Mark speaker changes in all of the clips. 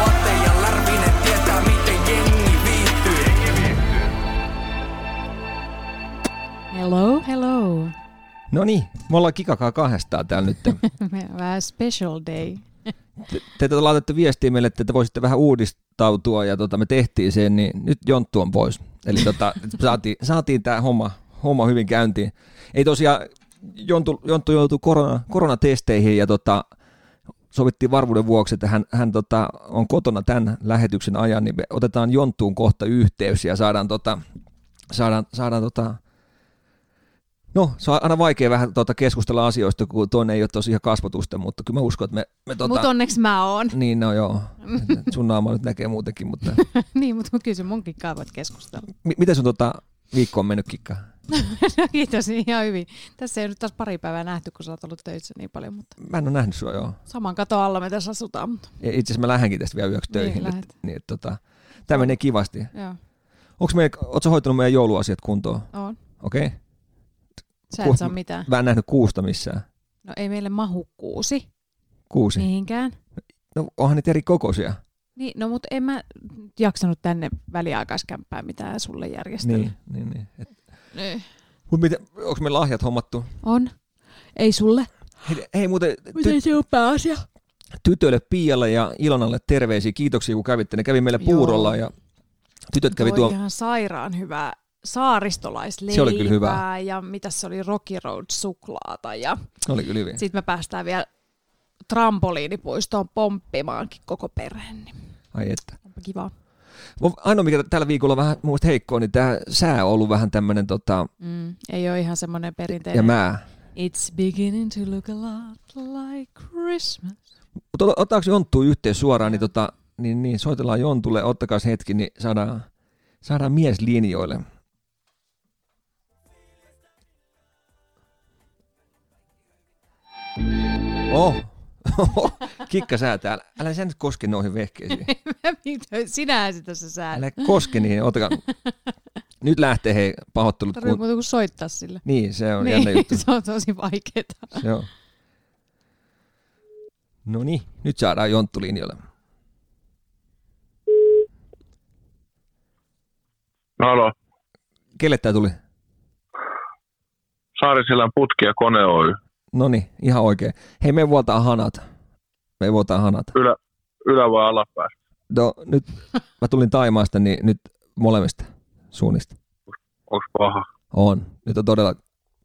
Speaker 1: Vatte ja Lärvinen tietää miten jengi viihtyy.
Speaker 2: Hello, hello.
Speaker 3: No niin, me ollaan kikakaa kahdestaan täällä nyt.
Speaker 2: Me- Vähän special day.
Speaker 3: Te, te tota laitatte viestiä meille, että te voisitte vähän uudistautua ja tota, me tehtiin sen, niin nyt Jonttu on pois. Eli tota, saatiin, saatiin tämä homma, homma hyvin käyntiin. Ei tosiaan, Jonttu, Jonttu joutui korona, koronatesteihin ja tota, sovittiin varmuuden vuoksi, että hän, hän tota, on kotona tämän lähetyksen ajan, niin me otetaan Jonttuun kohta yhteys ja saadaan, tota, saadaan, saadaan tota, No, se on aina vaikea vähän tuota keskustella asioista, kun tuonne ei ole tosiaan kasvatusta, mutta kyllä mä uskon, että me... me
Speaker 2: Tota...
Speaker 3: tuota,
Speaker 2: Mut onneksi mä oon.
Speaker 3: Niin, no joo. Sun naama nyt näkee muutenkin, mutta
Speaker 2: niin, mutta kyllä se munkin kanssa voit keskustella.
Speaker 3: M- miten sun tota viikko on mennyt kikka?
Speaker 2: No kiitos, ihan hyvin. Tässä ei nyt taas pari päivää nähty, kun sä oot ollut töissä niin paljon, mutta
Speaker 3: Mä en ole nähnyt sua joo.
Speaker 2: saman katon alla me tässä asutaan. Mutta,
Speaker 3: Ja Itse asiassa mä lähdenkin tästä vielä yöksi
Speaker 2: Niin,
Speaker 3: töihin.
Speaker 2: lähet.
Speaker 3: et- niin, et tota, tämä menee kivasti.
Speaker 2: joo,
Speaker 3: Onks me, oot sä hoitanut meidän jouluasiat kuntoon?
Speaker 2: on.
Speaker 3: Okei. Okay.
Speaker 2: Sä
Speaker 3: Ku-
Speaker 2: et saa mitään.
Speaker 3: Mä en nähnyt kuusta missään.
Speaker 2: No ei meille mahu kuusi
Speaker 3: Kuusi. Niin.
Speaker 2: mihinkään.
Speaker 3: No onhan niitä eri kokoisia.
Speaker 2: Niin, no mut en mä jaksanut tänne väliaikaiskämppää mitään sulle järjestellä.
Speaker 3: Niin, niin, niin. Et,
Speaker 2: Niin.
Speaker 3: mut miten, onks me lahjat hommattu?
Speaker 2: On. Ei sulle.
Speaker 3: Hei, hei muuten, ty-
Speaker 2: se on pääasia?
Speaker 3: tytöille Pialle ja Ilonalle terveisiä. Kiitoksia kun kävitte. Ne kävi meillä
Speaker 2: Joo.
Speaker 3: puurolla ja tytöt kävi
Speaker 2: Toi
Speaker 3: tuolla
Speaker 2: ihan sairaan hyvää saaristolaisleipää
Speaker 3: Se oli kyllä hyvää.
Speaker 2: ja mitä se oli Rocky Road suklaata ja
Speaker 3: Ne oli kyllä hyviä.
Speaker 2: sitten me päästään vielä trampoliinipuistoon pomppimaankin koko perheen, niin
Speaker 3: Ai että.
Speaker 2: onpa kiva.
Speaker 3: Mun Ainoa, mikä tällä viikolla vähän mun mielestä heikkoa, niin tämä sää on ollut vähän tämmöinen tota,
Speaker 2: Mm, ei ole ihan semmoinen
Speaker 3: ja
Speaker 2: perinteinen.
Speaker 3: mää.
Speaker 2: It's beginning to look a lot like Christmas.
Speaker 3: Mutta ota- otetaanko Jonttuun yhteys suoraan, niin, tota, niin, niin soitellaan Jontulle, ottakaa se hetki, niin saadaan, saadaan mies linjoille. Oh, kikka sää täällä. Älä sä nyt koske noihin vehkeisiin.
Speaker 2: Mitä? Sinähän sitä sä säädät.
Speaker 3: Älä koske niihin, ottakaa. Nyt lähtee hei pahoittelut.
Speaker 2: Tarvii
Speaker 3: Kun...
Speaker 2: muuta kuin soittaa sille.
Speaker 3: Niin, se on jännä juttu.
Speaker 2: Niin, se on tosi vaikeeta.
Speaker 3: Se on. No niin, nyt saadaan Jonttu linjalle.
Speaker 4: Halo,
Speaker 3: Kelle tämä tuli?
Speaker 4: Saarisilän putki ja kone Oy.
Speaker 3: No niin, ihan oikein. Hei, me vuotaa hanat. Me vuotaa hanat.
Speaker 4: Ylä, ylä vai alapää?
Speaker 3: No nyt, mä tulin Taimaasta, niin nyt molemmista suunnista.
Speaker 4: Onks paha?
Speaker 3: On. Nyt on todella...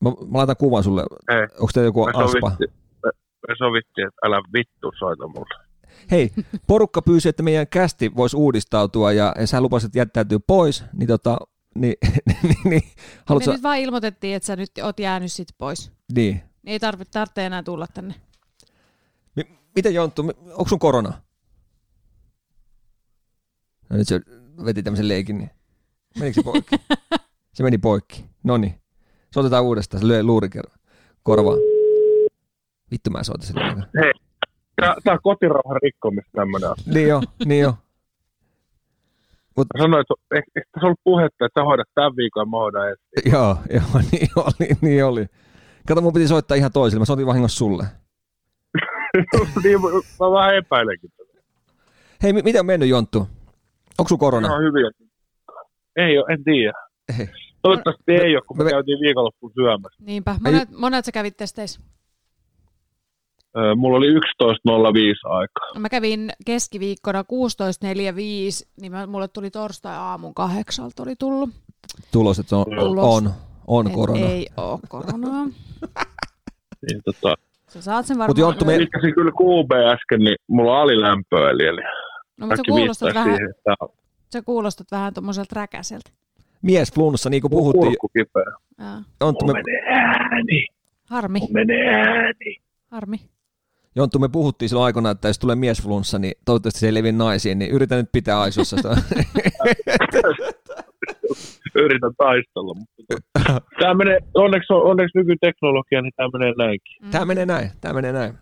Speaker 3: Mä, mä laitan kuvan sulle.
Speaker 4: Hei.
Speaker 3: Onko teillä joku
Speaker 4: Me
Speaker 3: aspa?
Speaker 4: sovittiin, me, me sovittiin, että älä vittu soita mulle.
Speaker 3: Hei, porukka pyysi, että meidän kästi voisi uudistautua ja, ja sä lupasit jättäytyä pois, niin tota... Niin, niin, niin,
Speaker 2: Me
Speaker 3: haluatko...
Speaker 2: nyt vaan ilmoitettiin, että sä nyt oot jäänyt sit pois.
Speaker 3: Niin.
Speaker 2: Ei tarvitse, tarvitse enää tulla tänne.
Speaker 3: M- miten Jonttu, mi- onko sun korona? No nyt se veti tämmöisen leikin, niin menikö se poikki? se meni poikki. No niin. Se otetaan uudestaan, se löi luuri kerran. Korvaa. Vittu mä soitan sille. aikaa.
Speaker 4: Tää, tää on kotirauhan rikkomista tämmönen asia.
Speaker 3: Niin jo, niin jo.
Speaker 4: Mä sanoin, että eikö eik tässä ollut puhetta, että sä hoidat tämän viikon ja mä hoidan ensi.
Speaker 3: Joo, joo, niin oli, niin oli. Kato, mun piti soittaa ihan toiselle, mä soitin vahingossa sulle.
Speaker 4: niin, mä- mä vähän epäilenkin tätä.
Speaker 3: Hei, mi- miten on mennyt Jonttu? Onko sun korona?
Speaker 4: Ihan hyviä. Ei oo, en tiedä.
Speaker 3: Ei.
Speaker 4: Toivottavasti ei oo, kun me,
Speaker 3: me-
Speaker 4: käytiin viikonloppuun syömässä.
Speaker 2: Niinpä. Monet, monet sä kävit testeissä.
Speaker 4: Öö, mulla oli 11.05 aikaa.
Speaker 2: No, Mä kävin keskiviikkona 16.45, niin mä, mulle tuli torstai aamun kahdeksalta oli tullut.
Speaker 3: Tulos, että se on,
Speaker 2: Tulos.
Speaker 3: on, on
Speaker 2: Et
Speaker 3: korona.
Speaker 2: Ei oo koronaa.
Speaker 4: Niin, tota,
Speaker 2: Sä saat sen
Speaker 3: Mut
Speaker 2: varmaan.
Speaker 3: Jonttu, me,
Speaker 4: Vitkasin kyllä kuubeen äsken, niin mulla on alilämpöä, eli, eli
Speaker 2: no, mutta sä
Speaker 4: kaikki
Speaker 2: kuulostat,
Speaker 4: viittaa
Speaker 2: vähän,
Speaker 4: siihen, että tää on
Speaker 2: sä kuulostat vähän tommoselta räkäseltä.
Speaker 3: mies flunssa, niin kuin puhuttiin.
Speaker 4: kurkku kipeä.
Speaker 2: Jaa.
Speaker 3: Jonttu, me,
Speaker 4: menee ääni,
Speaker 2: Harmi,
Speaker 4: menee ääni.
Speaker 2: harmi.
Speaker 3: Jonttu, me puhuttiin silloin aikana, että jos tulee miesflunssa, niin toivottavasti se ei levi naisiin, niin yritän nyt pitää aisoissa sitä.
Speaker 4: Yritän taistella, mutta Tämä menee, onneksi, on- onneksi nykyteknologia, niin tämä menee näinkin.
Speaker 3: Tämä menee näin, tämä menee näin.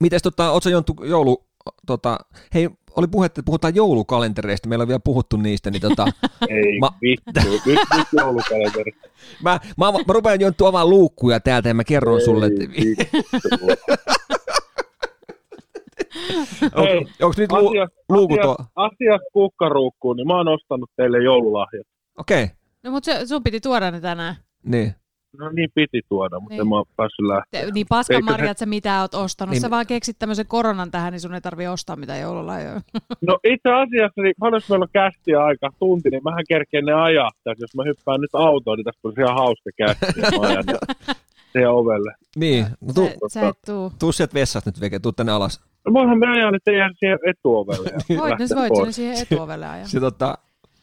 Speaker 3: Mites tota, ootko Jonttu joulu, tota, hei, oli puhetta, että puhutaan joulukalentereista, meillä on vielä puhuttu niistä, niin tota,
Speaker 4: Ei
Speaker 3: Ma-
Speaker 4: Ma- vittu, nyt, nyt joulukalenteri.
Speaker 3: mä, mä, ava- mä, rupean Jonttu avaan luukkuja täältä ja mä kerron
Speaker 4: Ei
Speaker 3: sulle, että
Speaker 4: vittu. Hei,
Speaker 3: on, onko nyt lu,
Speaker 4: Asias,
Speaker 3: luukut on?
Speaker 4: asias, asias kukkaruukkuun, niin mä oon ostanut teille joululahjat.
Speaker 3: Okei, okay,
Speaker 2: No mutta se, sun piti tuoda ne tänään.
Speaker 3: niin.
Speaker 4: No niin piti tuoda, mutta
Speaker 2: Niin.
Speaker 4: niin. en mä oon päässyt lähteä.
Speaker 2: Te, niin
Speaker 4: Eikö
Speaker 2: paskan
Speaker 4: se-
Speaker 2: marjat sä mitä oot ostanut.
Speaker 3: Niin.
Speaker 2: Niin. Sä vaan keksit tämmöisen koronan tähän, niin sun ei tarvi ostaa mitään joululahjoja.
Speaker 4: No itse asiassa, niin paljon meillä on kästiä aika tunti, niin mähän kerkeen ne ajaa tässä. Jos mä hyppään nyt autoon, niin tästä tulisi ihan hauska kästi, jos mä ajan siihen ovelle. Äh,
Speaker 3: Niin, no tuu,
Speaker 2: Sä, sä et tuu.
Speaker 3: tuu sieltä vessasta nyt veke, tuu tänne alas.
Speaker 4: No voihan me ajaa nyt teidän siihen etuovelle. ja
Speaker 2: Voit,
Speaker 4: lähteä
Speaker 2: ne, voit
Speaker 4: pois.
Speaker 2: sinne siihen etuovelle ajaa.
Speaker 3: Se tota,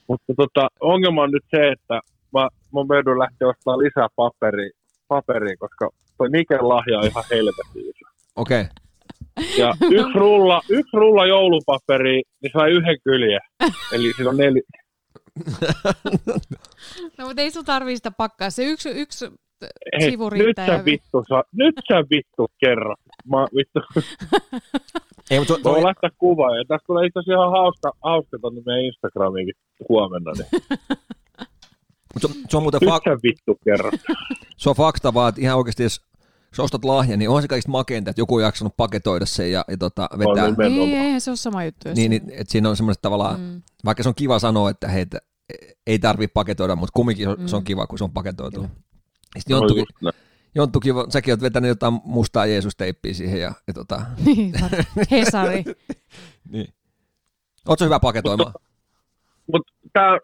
Speaker 4: Mutta tota, ongelma on nyt se, että mä, mä joudun lähteä ostamaan lisää paperia, paperia koska toi Niken lahja on ihan helvetin iso.
Speaker 3: okei. Okay.
Speaker 4: Ja yksi rulla, yksi rulla joulupaperia, niin sai yhden kyljen. Eli siinä on neli,
Speaker 2: No mutta ei sun tarvii sitä pakkaa. Se yksi, yksi
Speaker 4: Hei,
Speaker 2: Sivu
Speaker 4: nyt
Speaker 2: riittää
Speaker 4: sä
Speaker 2: hyvin.
Speaker 4: vittu, saa, nyt sä vittu kerro. Mä vittu,
Speaker 3: Ei, mutta se, se,
Speaker 4: voi
Speaker 3: oli,
Speaker 4: laittaa kuvaa. Ja tästä tulee itse asiassa ihan hauska, hauska tonne meidän Instagramiinkin huomenna. Niin.
Speaker 3: mut se, se on muuten
Speaker 4: Nyt
Speaker 3: fak,
Speaker 4: sä vittu kerro.
Speaker 3: se on fakta vaan, että ihan oikeasti jos sä ostat lahjan, niin on se kaikista makeinta, että joku on jaksanut paketoida sen ja, ja tota, vetää.
Speaker 4: niin, me- Mennään
Speaker 2: Ei,
Speaker 4: vaan.
Speaker 2: eihän se ole sama juttu. jos
Speaker 3: Niin,
Speaker 2: se-
Speaker 3: niin että siinä on semmoiset tavallaan, mm.
Speaker 2: Mm.
Speaker 3: vaikka se on kiva sanoa, että hei, että ei tarvi paketoida, mutta kumminkin mm. se on
Speaker 2: Mm.
Speaker 3: kiva, kun se on paketoitu.
Speaker 2: Kyllä.
Speaker 3: Sitten Jonttukin,
Speaker 4: No, just
Speaker 3: Jonttukin, on- säkin oot vetänyt jotain mustaa Jeesus-teippiä siihen ja, ja tota,
Speaker 2: Niin, var- Hesari.
Speaker 3: niin. Ootko hyvä paketoimaan?
Speaker 4: näin. Mut tää,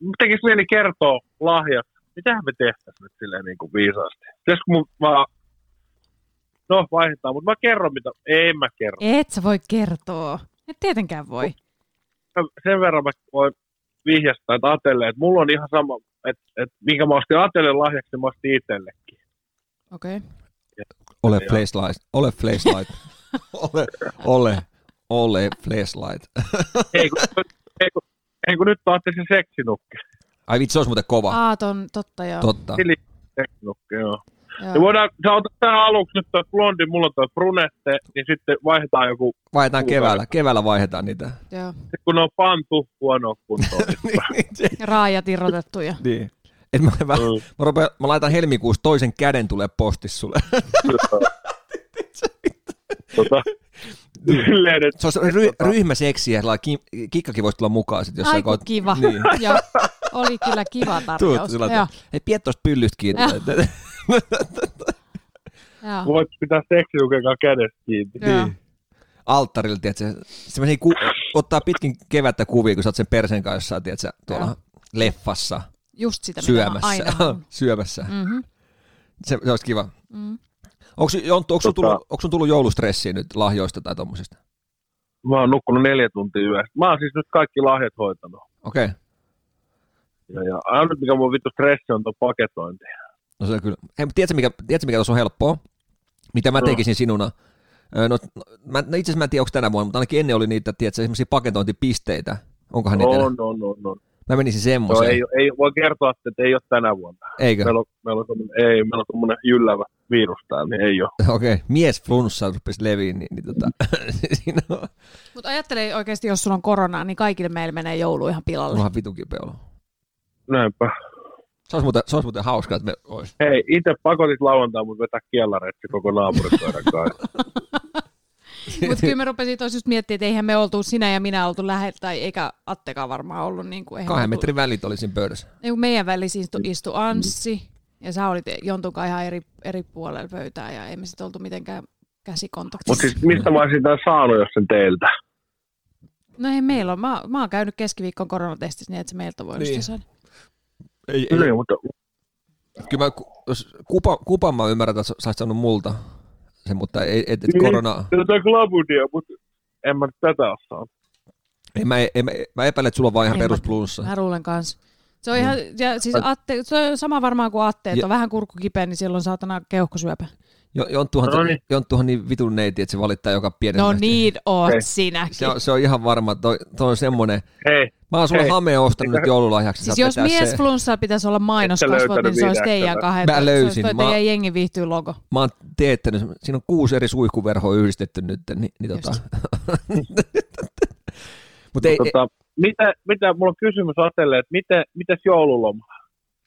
Speaker 4: mun tekis mieli kertoa lahjat. Mitähän me tehtäis nyt silleen niin kuin viisaasti? Pitäisikö mun vaan, no vaihdetaan, mutta mä kerron mitä, ei mä kerro.
Speaker 2: Et sä voi kertoa. Et tietenkään voi.
Speaker 4: Mä- sen verran mä voin vihjastaa, että Atelle, että mulla on ihan sama, että, että minkä mä ostin Atelle lahjaksi, niin mä ostin itsellekin.
Speaker 2: Okei. Okay.
Speaker 3: Ole
Speaker 4: Joo.
Speaker 3: flashlight, ole flashlight, ole, ole, ole flashlight.
Speaker 4: ei, kun, ei, kun, ei kun nyt saatte se seksinukki.
Speaker 3: Ai vitsi, se olisi muuten kova,
Speaker 2: Aaton, totta joo.
Speaker 3: totta.
Speaker 4: Sili seksinukki, joo. Ja
Speaker 2: joo.
Speaker 4: voidaan, sä otat tähän aluksi nyt toi blondi, mulla on toi brunette, niin sitten vaihdetaan joku,
Speaker 3: Vaihdetaan
Speaker 4: Kuukauden.
Speaker 3: keväällä, keväällä vaihdetaan niitä.
Speaker 2: joo.
Speaker 4: sit kun ne on pantu huonoa kuntoon.
Speaker 2: Ja Raajat irrotettu ja
Speaker 3: niin. Et mä, mä,
Speaker 4: Mm.
Speaker 3: mä, rupean, mä laitan helmikuussa toisen käden tulee postissa sulle.
Speaker 4: tota, silleen, että
Speaker 3: Se olisi ry- ryhmäseksiä, sellainen ki- kikkakin voisi tulla mukaan. Sit, jos sä
Speaker 2: Ai kun
Speaker 3: koet-
Speaker 2: kiva.
Speaker 3: Niin.
Speaker 2: Joo. Oli kyllä kiva
Speaker 3: Tuut
Speaker 2: tarjous.
Speaker 3: sillä
Speaker 2: Joo.
Speaker 3: lailla, että hei, pidä tosta pyllystä kiinni.
Speaker 2: Joo.
Speaker 4: voit pitää seksinukin kanssa kädestä kiinni.
Speaker 2: Joo.
Speaker 3: niin. Alttarilla, tiedätkö, semmoisia ku- ottaa pitkin kevättä kuvia, kun sä oot sen persen kanssa, tiedätkö, tuolla
Speaker 2: Joo.
Speaker 3: leffassa,
Speaker 2: Just sitä,
Speaker 3: syömässä.
Speaker 2: mitä mä aina haluan.
Speaker 3: syömässä.
Speaker 2: Mhm.
Speaker 3: Se, se olisi kiva.
Speaker 2: Mm.
Speaker 3: Onko, Jonttu, onko, sun
Speaker 4: Tota-
Speaker 3: tullut, onko sun tullut joulustressiä nyt lahjoista tai tommosista?
Speaker 4: Mä oon nukkunut neljä tuntia yöstä. Mä oon siis nyt kaikki lahjat hoitanut.
Speaker 3: Okei, okay.
Speaker 4: Ja, ja ainut mikä mun vittu stressi on tuo paketointi.
Speaker 3: no se on kyllä. Hei, mutta tiedätkö mikä, tiedätkö mikä tuossa on helppoa? Mitä mä
Speaker 4: No.
Speaker 3: tekisin sinuna? Öö, No, mä, no itse asiassa mä en tiedä, onko tänä vuonna, mutta ainakin ennen oli niitä, tiedätkö, semmoisia paketointipisteitä. Onkohan niitä? enää?
Speaker 4: On, on, on, on.
Speaker 3: Mä menisin
Speaker 4: No,
Speaker 3: semmoiseen.
Speaker 4: ei, ei, voi kertoa, että ei ole tänä vuonna.
Speaker 3: Eikö?
Speaker 4: Meillä on, meillä on, tommonen, ei, meillä on tommonen jyllävä virus täällä, niin ei ole.
Speaker 3: Okei, okay. mies flunssa rupesi leviin, niin, niin tota, siinä on
Speaker 2: Mutta ajattele oikeasti, jos sulla on koronaa, niin kaikille meillä menee joulu ihan pilalle.
Speaker 3: onhan vitu kipeä olo.
Speaker 4: Näinpä.
Speaker 3: Se olisi muuten, se olisi muuten hauskaa, että me olisi.
Speaker 4: Hei, itse pakotit lauantaa, mutta vetää kielaretsi koko naapurikoiran kanssa.
Speaker 3: niin.
Speaker 2: Mutta kyllä me rupesin tuossa just miettimään, että eihän me oltu sinä ja minä oltu lähellä, tai eikä Attekaan varmaan ollut. Niin kuin, eihän
Speaker 3: Kahden
Speaker 2: me tullut-
Speaker 3: metrin välit oli siinä pöydässä.
Speaker 2: Ei, kun Niin meidän välisiin istu,
Speaker 3: Mm.
Speaker 2: istu Anssi, ja sä olit Jontunkaan ihan eri, eri puolella pöytää, ja ei me sitten oltu mitenkään
Speaker 4: Mutta
Speaker 2: käsikontaktissa.
Speaker 4: siis mistä mä olisin tämän saanut, jos sen teiltä?
Speaker 2: No ei meillä on. Mä, mä oon käynyt keskiviikon koronatestissä, niin että se meiltä voi
Speaker 3: Niin.
Speaker 2: niin. sen.
Speaker 3: Ei,
Speaker 4: Niin, mutta
Speaker 3: Kyllä mä, ku- jos kupa, kupan mä ymmärrän, että sä oot saanut multa sen, mutta ei, et, et
Speaker 4: Niin.
Speaker 3: korona...
Speaker 4: jotain klabudia, mutta en mä nyt tätä ole saanut.
Speaker 3: Ei, mä, ei, mä, mä epäilen, että sulla on vaan ihan
Speaker 2: En mä-
Speaker 3: perusplussa.
Speaker 2: Mä luulen kanssa. Se on ihan, ja siis Atte, se on sama varmaan kuin Atte, että
Speaker 3: Ja-
Speaker 2: on vähän kurkkukipeä, niin silloin saatana keuhkosyöpä.
Speaker 3: Jo- Jonttuhan,
Speaker 4: No niin.
Speaker 3: Jonttuhan niin vitun neiti, että se valittaa joka pienemmästä.
Speaker 2: No niin oot
Speaker 4: Ei.
Speaker 2: sinäkin.
Speaker 3: Se on, se on ihan varma. Toi, toi on semmoinen,
Speaker 4: Hei,
Speaker 3: Mä oon sulle
Speaker 4: Hei.
Speaker 3: hameen ostanut nyt joululahjaksi.
Speaker 2: Siis
Speaker 3: saat
Speaker 2: jos
Speaker 3: vetää
Speaker 2: mies
Speaker 3: sen.
Speaker 2: flunssaa pitäisi olla mainoskasvot,
Speaker 4: löytänyt
Speaker 2: niin se olisi
Speaker 4: viidakkoa.
Speaker 2: teidän kahden.
Speaker 3: Mä löysin,
Speaker 2: Se olisi
Speaker 3: mä-
Speaker 2: toi teidän jengi viihtyy logo.
Speaker 3: Mä oon teettänyt, sen. siinä on kuusi eri suihkuverhoa yhdistetty nyt, niin, niin
Speaker 2: Just.
Speaker 3: tota. Mutta ei,
Speaker 4: Tota, mitä, mitä, mulla on kysymys Atelle, että miten, mites joululoma?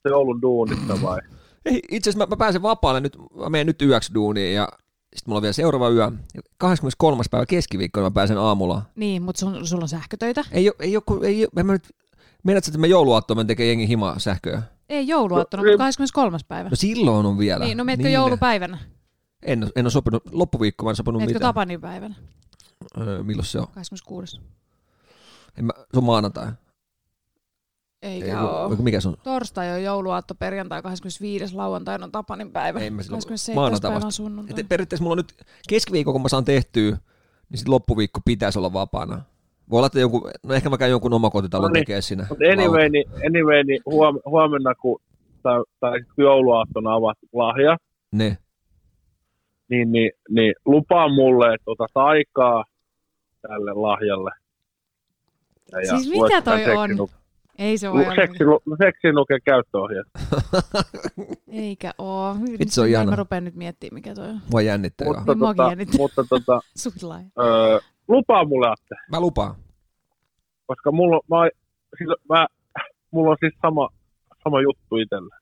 Speaker 4: Se joulun duunissa vai?
Speaker 3: Ei, itse asiassa mä, mä pääsen vapaalle nyt, mä menen nyt yöksi duuniin ja sitten mulla on vielä seuraava yö. 23. päivä keskiviikkona mä pääsen aamulla.
Speaker 2: Niin, mutta sun, sulla on sähkötöitä.
Speaker 3: Ei oo, ei oo, kun- ei oo, en mä nyt, meinaat sä, että mä jouluaattona tekee jengi himaa sähköä?
Speaker 2: Ei jouluaattona,
Speaker 4: No,
Speaker 2: mutta
Speaker 4: ei-
Speaker 2: 23. päivä.
Speaker 3: No silloin on vielä.
Speaker 2: Niin, no mietkö joulupäivänä?
Speaker 3: No En, oo- en ole sopinut, loppuviikko mä en sopinut
Speaker 2: Mietkö
Speaker 3: mitään.
Speaker 2: Tapanin päivänä?
Speaker 3: Öö, milloin se on?
Speaker 2: 26.
Speaker 3: En mä, se on maanantai. Ei,
Speaker 2: Eikä
Speaker 3: ku-
Speaker 2: ole.
Speaker 3: ku- mikä se on?
Speaker 2: Torstai on jouluaatto, perjantai 25. lauantaina on Tapanin päivä.
Speaker 3: Ei mä silloin-
Speaker 2: 27.
Speaker 3: maanantai
Speaker 2: päivä
Speaker 3: vasta.
Speaker 2: on sunnuntai.
Speaker 3: Et periaatteessa mulla on nyt keskiviikko, kun mä saan tehtyä, niin sit loppuviikko pitäisi olla vapaana. Voi olla, että jonkun, no ehkä mä käyn jonkun omakotitalon
Speaker 4: No niin.
Speaker 3: tekee siinä.
Speaker 4: Mutta anyway, niin, anyway, niin huom, huomenna, kun, tai, tai kun jouluaattona avaat lahja,
Speaker 3: Ne.
Speaker 4: niin, niin, niin lupaa mulle, että otat aikaa tälle lahjalle. Ja,
Speaker 2: Siis mitä
Speaker 4: luet sitä
Speaker 2: toi on?
Speaker 4: seksinu-
Speaker 2: Ei se voi
Speaker 4: lu-
Speaker 2: olla.
Speaker 4: seksinu- Seksinuken käyttöohjeet.
Speaker 2: Eikä oo.
Speaker 3: Vitsi, on
Speaker 2: Ei
Speaker 3: ihana.
Speaker 2: Mä rupean nyt miettimään, mikä toi on.
Speaker 3: Voi jännittää. joo.
Speaker 4: Mutta,
Speaker 2: Niin muakin
Speaker 4: tota,
Speaker 2: jännittää.
Speaker 4: mutta tota,
Speaker 2: Sulla
Speaker 4: öö, lupaa mulle, Atte,
Speaker 3: Mä lupaan.
Speaker 4: koska mulla, on- mä, siis, mä, mulla on siis sama, sama juttu itsellä.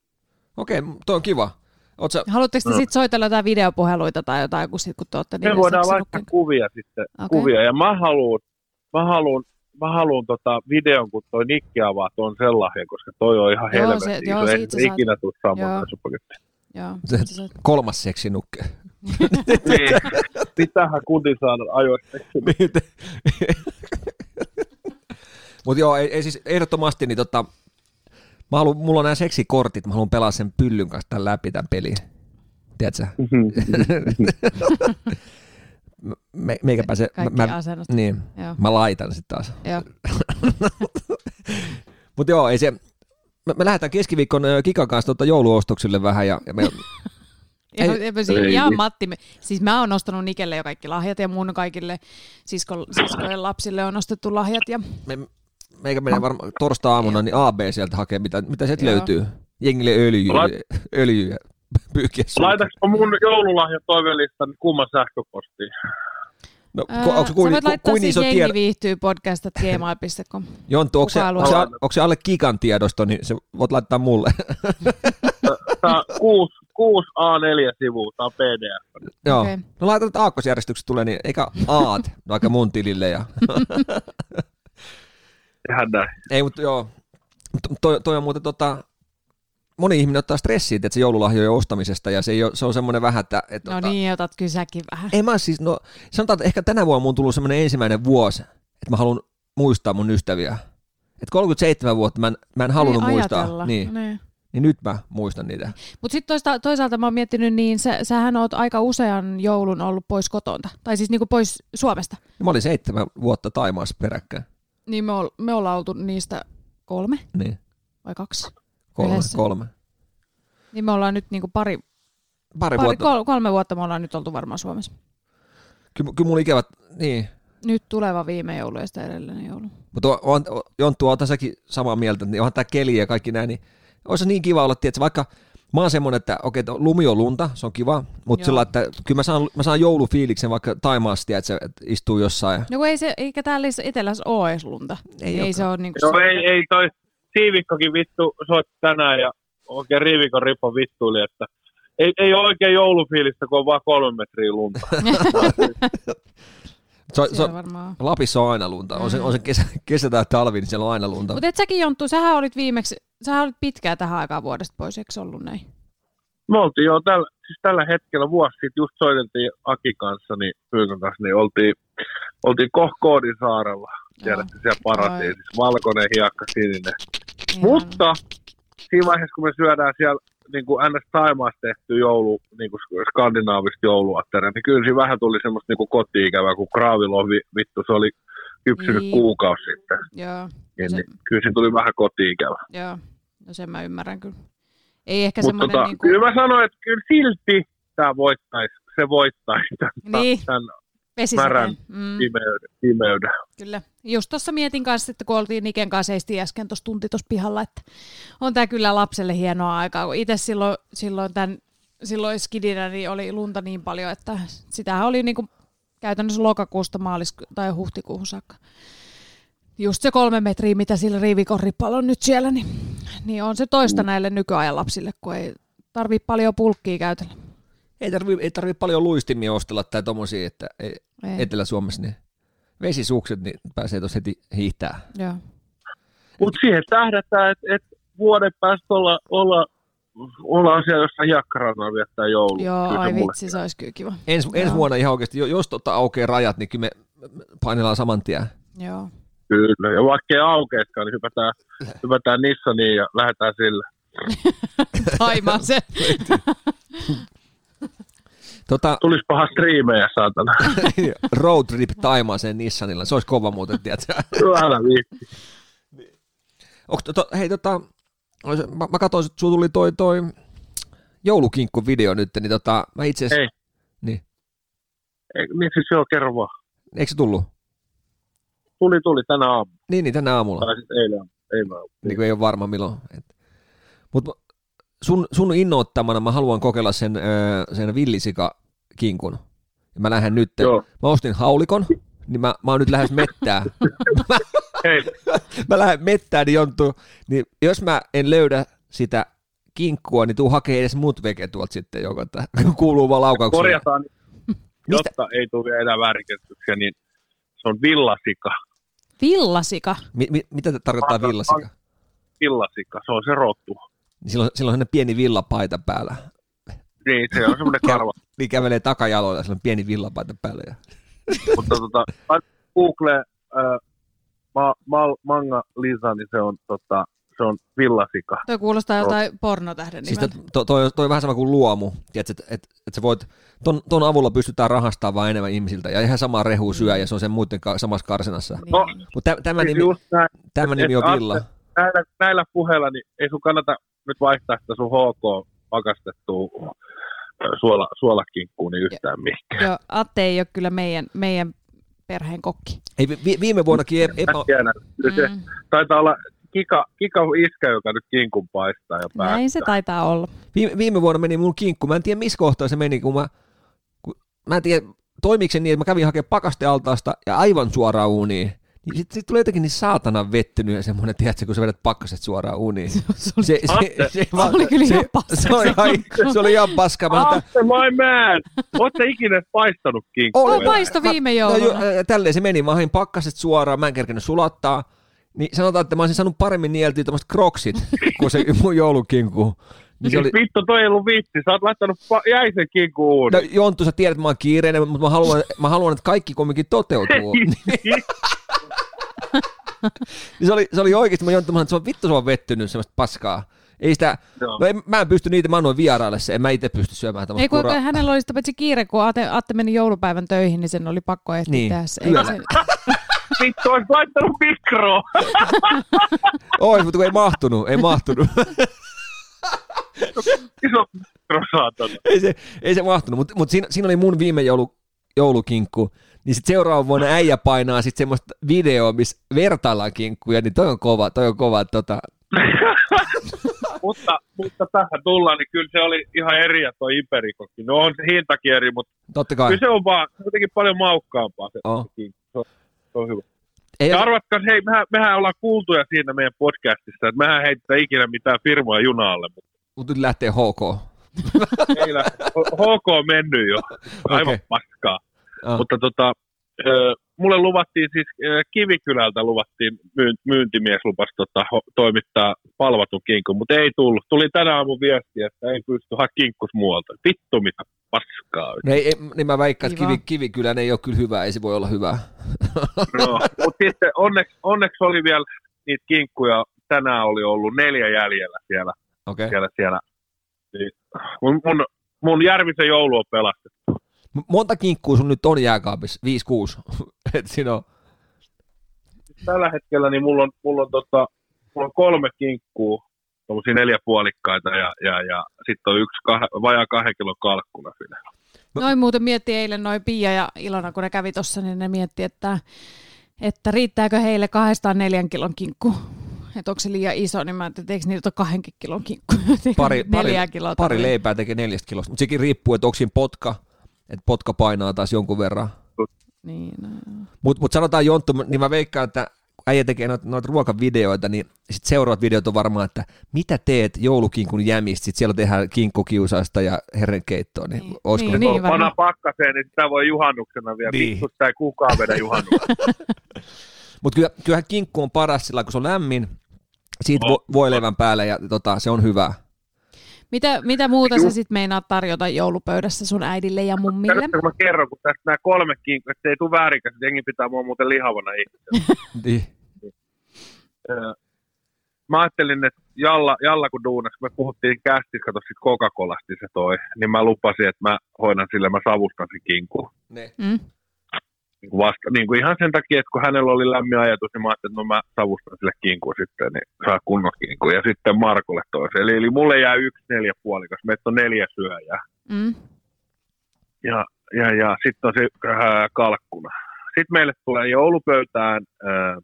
Speaker 3: Okei, toi on kiva. Oot sä,
Speaker 2: Haluatteko te
Speaker 4: Mm.
Speaker 2: sitten soitella jotain videopuheluita tai jotain, kun, sit, kun te olette
Speaker 4: Me
Speaker 2: niiden
Speaker 4: voidaan laittaa
Speaker 2: seksinukkien kanssa?
Speaker 4: kuvia sitten,
Speaker 2: Niin, Okei.
Speaker 4: okay. kuvia, ja mä haluun, mä haluun, mä haluun tota videon, kun toi Nikki avaa tuon sen lahjan, koska toi on ihan
Speaker 2: Joo,
Speaker 4: helvetin.
Speaker 2: se-
Speaker 4: iso.
Speaker 2: joo,
Speaker 4: Ei
Speaker 2: siitä
Speaker 4: se
Speaker 2: saat-
Speaker 4: ikinä tule
Speaker 2: joo.
Speaker 4: saamaan tässä pakettia.
Speaker 2: Joo.
Speaker 3: Se-
Speaker 2: Sä saat-
Speaker 3: kolmas seksinukke.
Speaker 4: Niin. Mitähän kuntin saada ajoista.
Speaker 3: Mutta joo, ei, ei, siis ehdottomasti, niin tota, mä haluun, mulla on nämä seksikortit, mä haluan pelaa sen pyllyn kanssa tämän läpi tämän pelin. Tiedätkö? Me, meikä pääsee, mä,
Speaker 2: Kaikki
Speaker 3: mä,
Speaker 2: asennot.
Speaker 3: niin,
Speaker 2: Joo.
Speaker 3: mä laitan sitten taas.
Speaker 2: Joo.
Speaker 3: Mutta joo, ei se, me, me lähdetään keskiviikon ö, Kikan kanssa tota jouluostoksille vähän ja, ja me,
Speaker 2: Ei,
Speaker 3: Ei-
Speaker 2: ei, ei, siis,
Speaker 4: ei-
Speaker 2: ja Matti, me- siis mä oon ostanut Nikelle jo kaikki lahjat ja mun kaikille sisko, siskojen lapsille on ostettu lahjat. Ja,
Speaker 3: me, meikä menee varmaan torstai-aamuna, niin AB sieltä hakee, mitä, mitä sieltä
Speaker 2: Joo.
Speaker 3: löytyy. Jengille öljyä,
Speaker 4: Lait-
Speaker 3: öljyä pyyhkiä suuta.
Speaker 4: Laitaks mun joululahja toivelistan kumman sähköpostiin?
Speaker 3: No,
Speaker 2: ää,
Speaker 3: ku, onko
Speaker 2: sä
Speaker 3: kuin,
Speaker 2: voit laittaa
Speaker 3: kuin
Speaker 2: siis
Speaker 3: iso
Speaker 2: jengi
Speaker 3: tiedot?
Speaker 2: viihtyy podcastat gmail.com.
Speaker 3: Jonttu, onko se,
Speaker 2: Kuka
Speaker 3: onko,
Speaker 2: haluaa?
Speaker 3: se, onko se alle kikan tiedosto, niin se voit laittaa mulle.
Speaker 4: Tää 6, 6 A4-sivua, tää on PDF.
Speaker 3: Joo.
Speaker 2: Okei.
Speaker 3: No laitan, että aakkosjärjestyksessä tulee, niin eikä aat, vaikka mun tilille. Ja.
Speaker 4: Tehän näin.
Speaker 3: Ei, mutta joo. Mut Toi, toi on muuten tota, moni ihminen ottaa stressiä, että se joululahjojen ostamisesta, ja se, ei ole, se on semmoinen vähän, että... Et,
Speaker 2: No niin, otat kysäkin vähän.
Speaker 3: Ei mä siis, no, sanotaan, että ehkä tänä vuonna mun on tullut semmoinen ensimmäinen vuosi, että mä haluan muistaa mun ystäviä. Et 37 vuotta mä en, mä en halunnut
Speaker 2: Ei
Speaker 3: muistaa.
Speaker 2: ajatella.
Speaker 3: Niin,
Speaker 2: Niin.
Speaker 3: niin nyt mä muistan niitä.
Speaker 2: Mutta sitten toisaalta mä oon miettinyt niin, sä, sähän oot aika usean joulun ollut pois kotonta, tai siis niinku pois Suomesta.
Speaker 3: Ja No Mä olin seitsemän vuotta Taimaassa peräkkäin.
Speaker 2: Niin me, ol, me ollaan oltu niistä kolme
Speaker 3: Niin,
Speaker 2: vai kaksi.
Speaker 3: kolme.
Speaker 2: Yhdessä.
Speaker 3: kolme.
Speaker 2: Niin me ollaan nyt niinku pari,
Speaker 3: Pari,
Speaker 2: pari
Speaker 3: vuotta. Kol-
Speaker 2: kol, kolme vuotta me ollaan nyt oltu varmaan Suomessa.
Speaker 3: kyllä, kyllä mulla ikävät, niin.
Speaker 2: Nyt tuleva viime joulu ja sitä edellinen joulu.
Speaker 3: Mutta on, on, Jonttu, on säkin samaa mieltä, niin onhan tämä keli ja kaikki näin, niin olisi niin kiva olla, tiedätkö, vaikka mä oon semmoinen, että okei, okay, lumi on lunta, se on kiva, mutta
Speaker 2: Joo.
Speaker 3: sillä että kyllä mä saan, mä saan joulufiiliksen vaikka Taimaassa, tiedätkö, että istuu jossain.
Speaker 2: No kun ei se, eikä täällä etelässä ole edes lunta. Ei, ei se ole niinku...
Speaker 4: No ei, ei toi siivikkokin vittu soitti tänään ja oikein riivikon ripo vittuili, että ei, ei ole oikein joulufiilistä, kun on vaan kolme metriä lunta.
Speaker 3: Se, on- se,
Speaker 2: Siellä Mm.
Speaker 3: on-
Speaker 2: varmaan.
Speaker 3: Lapissa on aina lunta, on se, on se kesä, kesä tai talvi, niin siellä on aina lunta.
Speaker 2: Mutta et säkin Jonttu, sähän olit viimeksi, sähän olit pitkään tähän aikaan vuodesta pois, eikö se ollut näin?
Speaker 4: Me oltiin jo tällä, siis tällä hetkellä vuosi sitten just soiteltiin Aki kanssa, niin Pyykön kanssa, niin oltiin, oltiin Kohkoodin saarella. Tiedätte, siellä paratiisissa. Valkoinen hiekka, sininen.
Speaker 2: Ihan.
Speaker 4: Mutta siinä vaiheessa, kun me syödään siellä niin kuin NS Taimaassa tehty joulu, niin kuin skandinaavista jouluatteria, niin kyllä siinä vähän tuli semmoista niin kuin kotiikävää, kun kraavilohi, vittu, se oli kypsynyt
Speaker 2: Niin.
Speaker 4: kuukausi sitten.
Speaker 2: Joo,
Speaker 4: Niin,
Speaker 2: Se-
Speaker 4: niin, kyllä siinä tuli vähän kotiikävää.
Speaker 2: joo. No sen mä ymmärrän kyllä. Ei ehkä
Speaker 4: Mutta
Speaker 2: semmoinen...
Speaker 4: tota,
Speaker 2: niinku...
Speaker 4: kyllä mä sanoin, että kyllä silti tämä voittaisi, se voittaisi tämän,
Speaker 2: Niin.
Speaker 4: tämän
Speaker 2: Vesisateen.
Speaker 4: märän.
Speaker 2: Mm,
Speaker 4: pimeyden. pimeyden.
Speaker 2: kyllä. Just tuossa mietin kanssa, että kun oltiin Niken kanssa seistiin äsken tuossa tunti tuossa pihalla, että on tämä kyllä lapselle hienoa aikaa, kun itse silloin, silloin, tämän, silloin skidinä niin oli lunta niin paljon, että sitähän oli niinku käytännössä lokakuusta maalisku- tai huhtikuuhun saakka. Just se kolme metriä, mitä sillä riivikoripalla on nyt siellä, niin, niin on se toista näille nykyajan lapsille, kun ei tarvitse paljon pulkkia käytellä.
Speaker 3: Ei tarvi, ei tarvi paljon luistimia ostella tai tommosia, että ei,
Speaker 2: Ei.
Speaker 3: Etelä-Suomessa ne vesisukset niin pääsee tuossa heti hiihtää.
Speaker 2: Joo.
Speaker 4: Mutta siihen tähdätään, että et vuoden päästä olla, olla, ollaan siellä jossain jakkarannalla viettää joulua.
Speaker 2: Joo,
Speaker 4: Kyllä se
Speaker 2: ai
Speaker 4: mulle
Speaker 2: vitsi, se olisi kyllä kiva.
Speaker 3: Ens, ensi
Speaker 2: Joo.
Speaker 3: vuonna ihan oikeasti, jo- jos tota aukeaa rajat, niin kyllä me me painellaan saman tien.
Speaker 2: Joo.
Speaker 4: Kyllä, ja vaikka ei aukeakaan, niin hypätään, hypätään Nissaniin ja lähdetään sillä.
Speaker 2: Taimaaseen.
Speaker 3: Tota, niin,
Speaker 4: Tulisi paha striimejä, saatana.
Speaker 3: road trip Taimaaseen Nissanilla, se olisi kova muuten, tiedätkö?
Speaker 4: Älä viitti.
Speaker 3: Onks, to, hei, tota, ois- mä, mä katsoin, että sulla tuli toi, toi joulukinkku-video nyt, niin tota, mä itse asiassa,
Speaker 4: Ei.
Speaker 3: niin,
Speaker 4: Ei, Niin siis joo, kerro vaan.
Speaker 3: eikö se tullut?
Speaker 4: Tuli, tuli tänä aamu,
Speaker 3: Niin, niin tänä aamulla.
Speaker 4: tai siis eilen aamu. Eilen aamu.
Speaker 3: niin kuin ei ole varma milloin. Mutta sun, sun innoittamana mä haluan kokeilla sen, öö, sen villisikakinkun. Ja Mä lähden nyt.
Speaker 4: Joo.
Speaker 3: Mä ostin haulikon, niin mä, mä oon nyt lähes mettää. mä,
Speaker 4: Hei,
Speaker 3: mä lähden mettään, niin jontuu. Niin jos mä en löydä sitä kinkkua, niin tuu hakee edes mut veke tuolta sitten joko, että kuuluu vaan laukauksena.
Speaker 4: korjataan,
Speaker 3: niin? Mistä?
Speaker 4: jotta ei tule vielä enää väärinkäsityksiä, niin se on villasika.
Speaker 2: Villasika.
Speaker 3: Mi, mi, mitä te tarkoittaa villasika?
Speaker 4: Villasika, se on se rottu.
Speaker 3: Niin Silloin, silloin on sellainen pieni villapaita päällä.
Speaker 4: Niin, se on semmoinen karva.
Speaker 3: Niin kävelee takajaloilla, sillä on pieni villapaita päällä. Ja...
Speaker 4: Mutta tota, laita Google äh, ma, ma, manga Lisa, niin se on, tota, se on villasika.
Speaker 2: Toi kuulostaa jotain pornotähden
Speaker 3: Siis
Speaker 2: nimeltä.
Speaker 3: to, toi, on- toi on vähän sama kuin luomu, että et, et, et sä voit, ton, ton avulla pystytään rahastamaan vaan enemmän ihmisiltä, ja ihan sama rehu syö, ja se on sen muiden ka- samassa karsinassa.
Speaker 2: Niin.
Speaker 4: No,
Speaker 3: Mutta tä, tämä,
Speaker 4: Siis
Speaker 3: nimi,
Speaker 4: just näin,
Speaker 3: tämä nimi on
Speaker 4: et-
Speaker 3: Villa.
Speaker 4: näillä, näillä puheilla niin ei sun kannata nyt vaihtaa sitä sun HK pakastettua ö, suola, suolakinkkuun niin yhtään mihinkään.
Speaker 2: Joo, Atte ei ole kyllä meidän, meidän perheen kokki.
Speaker 3: Ei, vi, viime vuonnakin ep, epä,
Speaker 4: Mä tiedän, kyllä se
Speaker 2: Mm,
Speaker 4: taitaa olla kika, kika iskä, joka nyt kinkun paistaa ja päättää.
Speaker 2: näin se taitaa olla.
Speaker 3: viime, viime vuonna meni mun kinkku, mä en tiedä missä kohtaa se meni, kun mä, kun, mä en tiedä, toimiko se niin, että mä kävin hakemaan pakastealtaasta ja aivan suoraan uuniin. Niin sit, sit tulee jotenkin niin saatanan vettynyt ja semmoinen, tiedätkö, kun sä vedät pakkaset suoraan uuniin. Se, se, se, se, se,
Speaker 2: Se oli kyllä ihan paska
Speaker 3: se, oli ihan, se oli ihan paska. Mä, oon-
Speaker 4: After my man! Ootte ikinä paistanut kinkkua?
Speaker 3: Olen
Speaker 2: Olen paisto viime jouluna.
Speaker 3: No, ju- äh, tälleen se meni. Mä hain pakkaset suoraan, mä en kerkenyt sulattaa. Niin sanotaan, että mä olisin saanut paremmin nieltyä tämmöiset kroksit kuin se mun joulukinkku. Niin se oli...
Speaker 4: Vittu, toi ei ollut vitsi. Sä oot laittanut pa- jäisen kinkun uuniin.
Speaker 3: No, Jonttu, sä tiedät, että mä oon kiireinen, mutta mä haluan, mä haluan että kaikki kumminkin toteutuu. niin se, oli, se oli oikeasti, mä Jonttu, mä sanoin, että se on vittu, se on vettynyt semmoista paskaa. Ei sitä,
Speaker 4: Joo.
Speaker 3: no, en, mä en pysty niitä, mä annoin vieraille se, en mä itse pysty syömään
Speaker 2: Ei
Speaker 3: tämmöistä
Speaker 2: kun
Speaker 3: kuraa.
Speaker 2: hänellä oli sitä paitsi kiire, kun Atte, Atte meni joulupäivän töihin, niin sen oli pakko ehtiä
Speaker 3: Niin,
Speaker 2: tehdä se.
Speaker 3: kyllä.
Speaker 2: Eikä se-
Speaker 4: Vittu, ois laittanut mikroon.
Speaker 3: Ois, mutta kun ei mahtunut, ei mahtunut.
Speaker 4: Iso mikro, saatana.
Speaker 3: ei, se, ei se mahtunut, mutta mut siinä, siinä, oli mun viime joulu, joulukinkku, niin sitten seuraavan vuonna äijä painaa sitten semmoista videoa, missä vertaillaan kinkkuja, niin toi on kova, toi on kova, tota,
Speaker 4: mutta, mutta tähän tullaan, niin kyllä se oli ihan eri ja toi Iberikokki. No on se hintakin eri, mutta
Speaker 3: totta kai.
Speaker 4: kyllä se on vaan se on jotenkin paljon maukkaampaa se,
Speaker 3: Oh.
Speaker 4: kinkku. se, on, se on hyvä.
Speaker 3: Ei,
Speaker 4: Ja arvatkaa, hei, mehän, mehän ollaan kuultuja siinä meidän podcastissa, että mehän heitetään ikinä mitään firmoja junaalle, mutta
Speaker 3: mut nyt lähtee HK.
Speaker 4: ei lähde. H- HK on mennyt jo, aivan
Speaker 3: Okei.
Speaker 4: okay. paskaa.
Speaker 3: Ah,
Speaker 4: Mutta tota, ö, mulle luvattiin siis, ö, Kivikylältä luvattiin, myyn- myyntimies lupas tota, ho- toimittaa palvatun kinkun, mutta ei tullut. Tuli tänä aamu viesti, että ei pysty hakemaan kinkkus muualta. Vittu mitä paskaa.
Speaker 3: no ei, ei, niin mä veikkaan, että
Speaker 2: Kiva.
Speaker 3: kivi, kivikylän ei ole kyllä hyvä, ei se voi olla hyvä.
Speaker 4: No, mutta sitten onneksi, onneksi oli vielä niitä kinkkuja, tänään oli ollut neljä jäljellä siellä.
Speaker 3: Okei. Okay.
Speaker 4: siellä, siellä. Niin, Mun, mun, mun Järvisen joulu on pelastettu.
Speaker 3: Monta kinkkua sun nyt on jääkaapissa? 5-6. Et siinä on,
Speaker 4: Tällä hetkellä niin mulla on, mulla on, tota, mulla on kolme kinkkua, tuommoisia neljä puolikkaita ja, ja, ja sitten on yksi kah, vajaa kahden kilon kalkkuna siinä.
Speaker 2: Noin muuten mietti eilen noin Pia ja Ilona, kun ne kävi tuossa, niin ne mietti, että, että riittääkö heille 204 kilon kinkku. Että onko se liian iso, niin mä ajattelin, että eikö niitä ole kahdenkin kilon kinkku.
Speaker 3: Pari, pari,
Speaker 2: Neljää kiloa
Speaker 3: pari
Speaker 2: tarvii.
Speaker 3: leipää tekee neljästä kilosta, mutta sekin riippuu, että onko siinä potka, että potka painaa taas jonkun verran.
Speaker 2: Niin, no joo.
Speaker 3: Mutta mut sanotaan Jonttu, niin mä veikkaan, että äijä tekee noita, noita ruokavideoita, niin sit seuraavat videot on varmaan, että mitä teet joulukinkun jämistä, sit siellä tehdään kinkkukiusaista ja herrenkeittoa, niin,
Speaker 2: Niin.
Speaker 3: niin olisiko niin,
Speaker 2: Niin,
Speaker 3: niin.
Speaker 2: varmaan.
Speaker 4: Pana pakkaseen, niin sitä voi juhannuksena vielä.
Speaker 3: Niin.
Speaker 4: Niin. Vittu, sitä ei kukaan vedä juhannuksena.
Speaker 3: Mutta kyllä, kyllähän kinkku on paras sillä, kun se on lämmin, siitä vo, voi leivän päälle ja tota, se on hyvä.
Speaker 2: Mitä, mitä muuta sä sitten meinaat tarjota joulupöydässä sun äidille ja mummille?
Speaker 4: Tässä kun mä kerron, kun tästä nämä kolme kinkkuja, että se ei tule väärinkäs, että jengi pitää mua muuten lihavana ihmisenä.
Speaker 3: Niin.
Speaker 4: Öö, Mä ajattelin, että Jalla, Jalla kun duunas, kun me puhuttiin kästis, kato sit Coca-Colasta se toi, niin mä lupasin, että mä hoidan sillä, mä savustan sen kinkku.
Speaker 3: Ne.
Speaker 2: Mm?
Speaker 4: Niin kuin vasta, niin kuin ihan sen takia, että kun hänellä oli lämmin ajatus, niin mä ajattelin, että no mä savustan sille kinkun sitten, niin saa kunnon kinkun. Ja sitten Markulle toisen. Eli, eli mulle jää yksi neljä puolikas, meitä on neljä syöjää.
Speaker 2: Mm?
Speaker 4: Ja, ja, ja sitten on se äh, kalkkuna. Sitten meille tulee joulupöytään äh,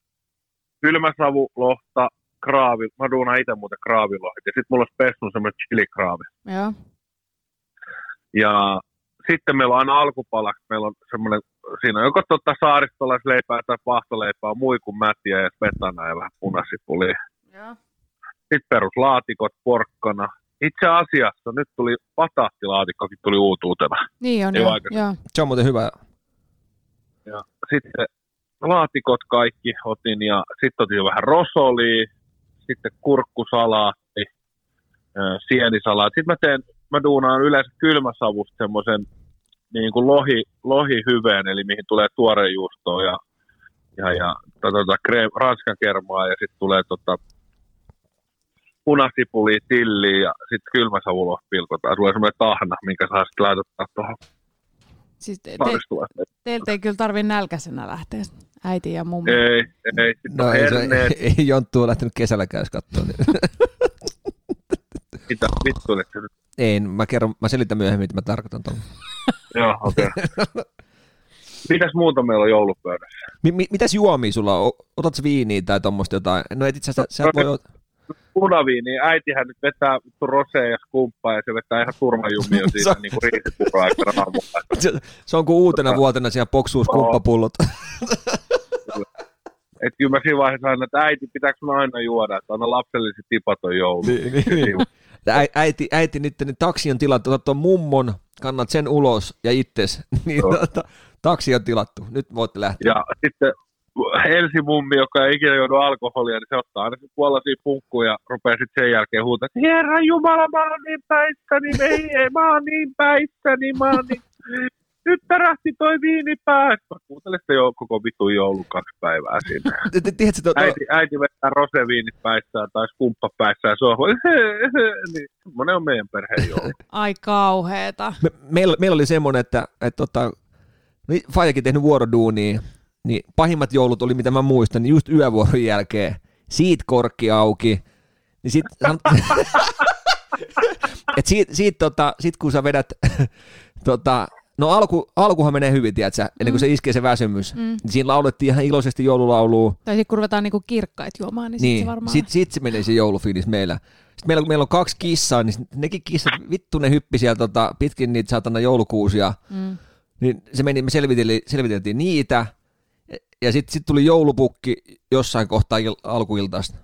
Speaker 4: kylmäsavu, lohta, kraavi. Mä duunaan itse muuten kraavilohit. Ja sitten mulla on spessun semmoinen chilikraavi.
Speaker 2: Joo.
Speaker 4: Ja sitten meillä on aina alkupalaksi, meillä on semmoinen, siinä on joko totta saaristolaisleipää tai pahtoleipää, muikun mätiä ja smetana ja vähän punasipulia.
Speaker 2: Joo.
Speaker 4: Sitten peruslaatikot, porkkana. Itse asiassa nyt tuli pataattilaatikkokin tuli uutuutena.
Speaker 2: Niin on,
Speaker 4: Ei
Speaker 2: joo.
Speaker 4: vaikea.
Speaker 2: joo.
Speaker 3: Se on muuten hyvä.
Speaker 4: Ja sitten laatikot kaikki otin ja sitten otin vähän rosolia, sitten kurkkusalaatti, ö, sienisalaatti. Sitten mä teen, mä duunaan yleensä kylmäsavusta semmoisen niin kuin lohi, lohihyveen, eli mihin tulee tuorejuustoa ja, ja, ja tota, kre, ranskan kermaa ja sitten tulee tota, punasipulia, tilliä ja sitten kylmäsavulla pilkotaan. Tulee semmoinen tahna, minkä saa sitten laitettaa tuohon
Speaker 2: Siis te, te,
Speaker 4: saaristulasteen
Speaker 2: teiltä ei kyllä tarvi nälkäisenä lähteä äiti ja mummi.
Speaker 4: Ei, ei. Sitten
Speaker 3: No,
Speaker 4: on
Speaker 3: ei, se,
Speaker 4: herneet,
Speaker 3: ei, ei Jonttu ole lähtenyt kesälläkään, jos katsoo. Niin.
Speaker 4: mitä vittu nyt.
Speaker 3: ei, mä, kerron, mä selitän myöhemmin, mitä mä tarkoitan tuolla.
Speaker 4: Joo, okei. Mitäs muuta meillä on joulupöydässä?
Speaker 3: Mi- mi- mitäs juomia sulla on? Otat viiniä tai tuommoista jotain? No et itse asiassa, sä et voi... ot-
Speaker 4: Punaviini, niin äitihän nyt vetää vittu rosea ja skumppaa ja se vetää ihan turmajumia jo
Speaker 3: Se
Speaker 4: siinä
Speaker 3: on-
Speaker 4: niin kuin riisipuraa aikana aamulla.
Speaker 3: Se- Se on kuin uutena vuotena siellä poksuus kumppapullot.
Speaker 4: Et kyllä mä siinä vaiheessa aina, että äiti, pitääkö mä aina juoda, että aina lapsellisi tipaton joulu.
Speaker 3: Niin, niin, niin. Ä- äiti, äiti nyt niin taksi on tilattu, otat tuon mummon, kannat sen ulos ja itses, niin
Speaker 4: Joo.
Speaker 3: tota, taksi on tilattu, nyt voitte lähteä.
Speaker 4: Ja sitten Elsi mummi, joka ei ikinä joudu alkoholia, niin se ottaa aina sitten puolaisia punkkuja ja rupeaa sitten sen jälkeen huutaa, että Herra Jumala, mä oon niin päissäni, ei, ei, mä oon niin päissäni, mä oon niin... Nyt tärähti toi viini päästä. Mä kuuntelen sitä jo koko vitu joulun kaksi päivää siinä.
Speaker 3: Te- te- Tiedätkö, to, to,
Speaker 4: Äiti, äiti vetää roseviinit päissään tai skumppa päissään sohvalla. niin, semmoinen on meidän perheen joulu.
Speaker 2: Ai kauheeta.
Speaker 3: me, meillä, meillä oli semmoinen, että et, tota, no, Fajakin tehnyt vuoroduunia, niin pahimmat joulut oli, mitä mä muistan, niin just yövuoron jälkeen, siitä korkki auki, niin sit, san- et siitä, siitä, tota, sit kun sä vedät, tota, no alku, alkuhan menee hyvin, tiedätkö, ennen kuin se iskee se väsymys, mm. niin siinä laulettiin ihan iloisesti joululaulua,
Speaker 2: Tai sitten kun ruvetaan niinku kirkkaita juomaan, niin, niin.
Speaker 3: niin,
Speaker 2: se varmaan...
Speaker 3: sit, sit se menee se joulufiilis meillä. Sitten meillä, kun meillä on kaksi kissaa, niin sit nekin kissat, vittu ne hyppi siellä tota, pitkin niitä saatana joulukuusia.
Speaker 2: Mm.
Speaker 3: Niin se meni, me selviteltiin, selviteltiin niitä, ja sitten sit tuli joulupukki jossain kohtaa il, alkuiltaista.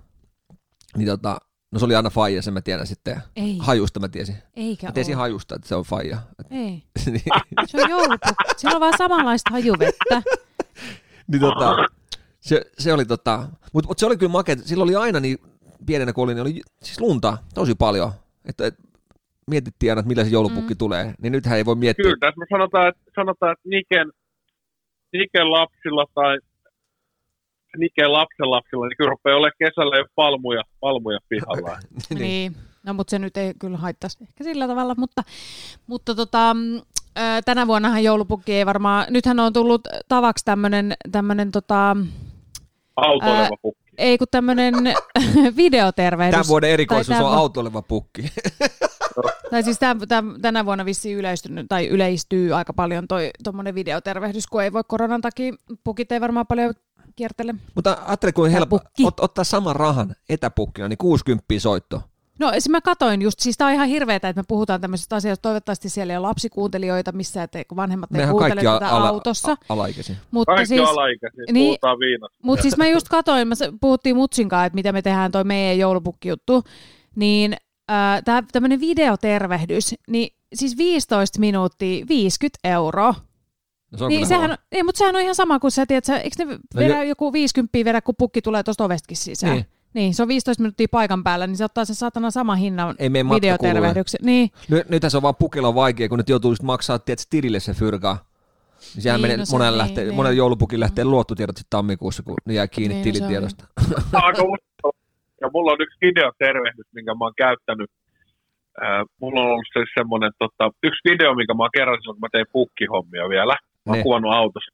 Speaker 3: Niin tota, no se oli aina faija, sen mä tiedän sitten.
Speaker 2: Ei.
Speaker 3: Hajusta mä tiesin.
Speaker 2: Eikä
Speaker 3: Mä tiesin
Speaker 2: oo.
Speaker 3: hajusta, että se on faija. Et-
Speaker 2: Ei.
Speaker 3: niin,
Speaker 2: Se on joulupukki. Sillä on vaan samanlaista hajuvettä.
Speaker 3: niin tota, se, se oli tota, mutta mut se oli kyllä makea, sillä oli aina niin pienenä kun oli, niin oli siis lunta tosi paljon. Että et, mietittiin aina, että millä se joulupukki mm. tulee, niin nythän ei voi miettiä.
Speaker 4: Kyllä, tässä me sanotaan, että, sanotaan, että Niken, Niken lapsilla tai Niken lapsen lapsilla, niin kyllä rupeaa olemaan kesällä jo palmuja, palmuja pihalla.
Speaker 2: niin. niin. No mutta se nyt ei kyllä haittaisi ehkä sillä tavalla, mutta, mutta tota, mm, ö, tänä vuonnahan joulupukki ei varmaan, nythän on tullut tavaksi tämmöinen, tämmönen tota,
Speaker 4: Autoileva pukki.
Speaker 2: ei kun tämmöinen videotervehdys.
Speaker 3: Tämän vuoden erikoisuus
Speaker 2: tai
Speaker 3: on
Speaker 2: tämän vu-
Speaker 3: autoileva pukki.
Speaker 2: Tai siis tämän, tämän, tänä vuonna vissiin yleistynyt, tai yleistyy aika paljon toi tuommoinen videotervehdys, kun ei voi koronan takia, pukit ei varmaan paljon kiertele.
Speaker 3: Mutta ajattele, kuin helppo
Speaker 2: Pukki.
Speaker 3: ot, ottaa saman rahan etäpukkina, niin 60 soitto.
Speaker 2: No siis mä katoin just, siis tää on ihan hirveetä, että me puhutaan tämmöisistä asioista. Toivottavasti siellä ei ole lapsikuuntelijoita missään, että kun vanhemmat ei
Speaker 3: Mehän
Speaker 2: kuuntele
Speaker 3: kaikki
Speaker 2: tätä
Speaker 3: ala,
Speaker 2: autossa.
Speaker 3: a- alaikäisiä.
Speaker 2: Mutta
Speaker 4: Kaikki
Speaker 2: siis,
Speaker 4: siis, alaikäisiä,
Speaker 2: niin-
Speaker 4: niin, puhutaan viinasta.
Speaker 2: Mutta siis mä just katoin, mä se- puhuttiin Mutsinkaan, että mitä me tehdään toi meidän joulupukkijuttu, niin äh, tämmöinen videotervehdys, niin siis 15 minuuttia, 50 euroa.
Speaker 3: No, se on
Speaker 2: Niin
Speaker 3: kyllä
Speaker 2: sehän,
Speaker 3: hyvä.
Speaker 2: on- ei, mutta sehän on ihan sama kuin se, tiedät, sä, eikö ne vedä
Speaker 3: jo-
Speaker 2: joku 50 vedä, kun pukki tulee tuosta ovestakin sisään? Niin.
Speaker 3: Niin.
Speaker 2: niin. se on 15 minuuttia paikan päällä, niin se ottaa sen satana sama hinnan
Speaker 3: Ei mene matkakuluja.
Speaker 2: videotervehdyksen. Niin,
Speaker 3: Nyt, nythän se on vaan pukilla on vaikea, kun nyt joutuu sit maksaa tiedät, tilille se fyrkaa. Niin sehän
Speaker 2: Niin,
Speaker 3: niin, menee,
Speaker 2: no
Speaker 3: no
Speaker 2: se-
Speaker 3: monen,
Speaker 2: niin,
Speaker 3: niin, lähtee,
Speaker 2: niin.
Speaker 3: niin. monen joulupukin lähtee luottotiedot sitten tammikuussa, kun ne jää kiinni
Speaker 2: Niin,
Speaker 3: niin,
Speaker 2: no se on
Speaker 3: tilitiedosta.
Speaker 4: aika uskomaton. Ja mulla on yksi videotervehdys, minkä mä oon käyttänyt. Ää, mulla on ollut siis semmoinen, tota, yksi video, minkä mä oon kerran silloin, kun mä tein pukkihommia vielä. Mä oon
Speaker 3: Niin.
Speaker 4: kuvannut autossa.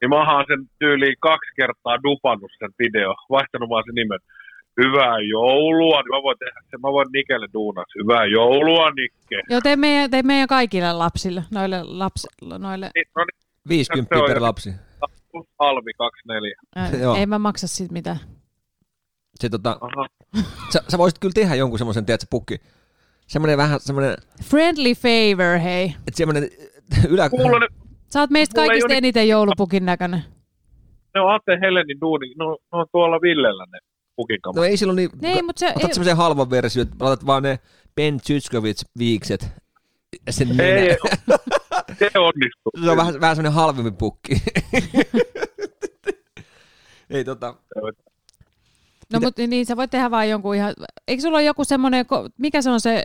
Speaker 4: Niin mä oon sen tyyliin kaksi kertaa dupannut sen video, vaihtanut vaan sen nimen. Hyvää joulua, niin mä voin tehdä sen, mä voin Nikelle duunas. Hyvää joulua, Nikke.
Speaker 2: joo, tee meidän, tee meidän kaikille lapsille, noille lapsille, noille,
Speaker 4: Niin, no niin,
Speaker 3: 50
Speaker 4: Se on
Speaker 3: per
Speaker 4: jo-
Speaker 3: lapsi.
Speaker 4: Alvi 24.
Speaker 2: äh,
Speaker 3: Joo.
Speaker 2: ei mä maksa siitä mitään.
Speaker 3: Se, tota,
Speaker 4: Aha.
Speaker 3: sä, sä, voisit kyllä tehdä jonkun semmoisen, tiedätkö, pukki. Semmoinen vähän, semmoinen,
Speaker 2: Friendly favor, hei.
Speaker 3: että semmoinen ylä...
Speaker 4: Kuulen,
Speaker 2: Sä oot meistä
Speaker 4: Mulla ei
Speaker 2: kaikista
Speaker 4: ole ni-
Speaker 2: eniten joulupukin näköinen.
Speaker 4: ne on Ate Helenin duuni, no, ne on tuolla Villellä ne pukinkamat.
Speaker 3: No ei silloin niin...
Speaker 2: Ne ei, mut se-
Speaker 3: Otat
Speaker 2: ei-
Speaker 3: semmoisen halvan version, että laitat vaan ne Ben Zyskovic viikset ja sen nenä.
Speaker 4: Ei, se onnistuu.
Speaker 3: Niin. Se on vähän, vähän semmoinen halvempi pukki. ei tota...
Speaker 2: No mutta niin, sä voit tehdä vaan jonkun ihan... Eikö sulla ole joku semmoinen, ko- mikä se on se...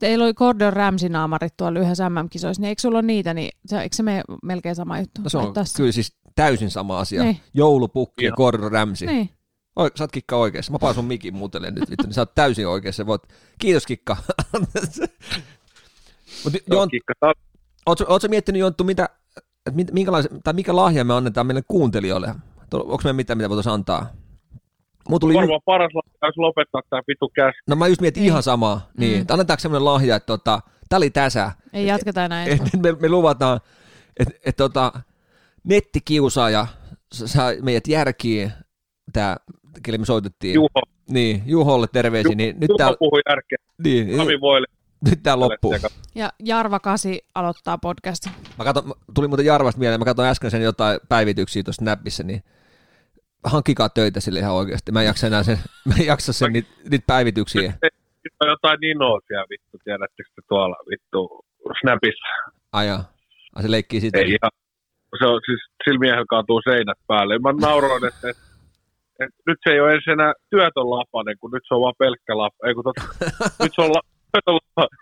Speaker 2: Teillä oli Gordon Ramsay-naamarit tuolla yhdessä MM-kisoissa, niin eikö sulla ole niitä, niin se, eikö se mene melkein sama juttu?
Speaker 3: No se on
Speaker 2: Vai tässä?
Speaker 3: kyllä siis täysin sama asia.
Speaker 2: Niin.
Speaker 3: Niin. Joulupukki ja
Speaker 4: Joo.
Speaker 3: Gordon Ramsay. Niin.
Speaker 2: Niin.
Speaker 3: Oi, sä oot Kikka oikeassa. Mä paan sun mikin muutelen nyt, vittu, niin sä oot täysin oikeassa. Voit... Kiitos Kikka. Mut, Jont,
Speaker 4: Kikka, tää on
Speaker 3: niin ootko, ootko miettinyt Jonttu, mitä, et mit- minkälaisen, tai mikä lahja me annetaan meille kuuntelijoille? Onko meillä mitään, mitä voitaisiin antaa? Mulla tuli
Speaker 4: varmaan paras lahjaus lopettaa tämä pitu käsi.
Speaker 3: No mä just mietin
Speaker 2: Niin.
Speaker 3: ihan samaa. Niin, mm. annetaanko semmoinen lahja, että tota, tää oli tässä.
Speaker 2: Ei jatketa enää ensi
Speaker 3: Et me, me luvataan, että et, tota, nettikiusaaja s- saa meidät järkiin, tää, kelle me soitettiin.
Speaker 4: Juho,
Speaker 3: Niin, Juholle terveisiä. niin, nyt
Speaker 4: Juho
Speaker 3: tää,
Speaker 4: puhui järkeä.
Speaker 3: niin,
Speaker 4: Sami Voile.
Speaker 3: nyt tää loppuu.
Speaker 2: Ja Jarva Kasi aloittaa podcastin.
Speaker 3: Mä katon, tuli muuten Jarvasta mieleen, mä katsoin äsken sen jotain päivityksiä tuossa näppissä, niin hankkikaa töitä sille ihan oikeasti. Mä en jaksa enää sen, mä en jaksa sen niitä niit päivityksiä.
Speaker 4: Nyt on jotain ninoa siellä vittu, tiedättekö te tuolla vittu Snapissa.
Speaker 3: Ajaa. Ai se leikkii sitä.
Speaker 4: Ei ihan. Se on siis, sillä miehellä kaatuu seinät päälle. Mä nauroin, että, että, että nyt se ei ole ensin enää työtön lapanen, kun nyt se on vaan pelkkä lapa. Ei kun totta, nyt se on la, työtön lapanen.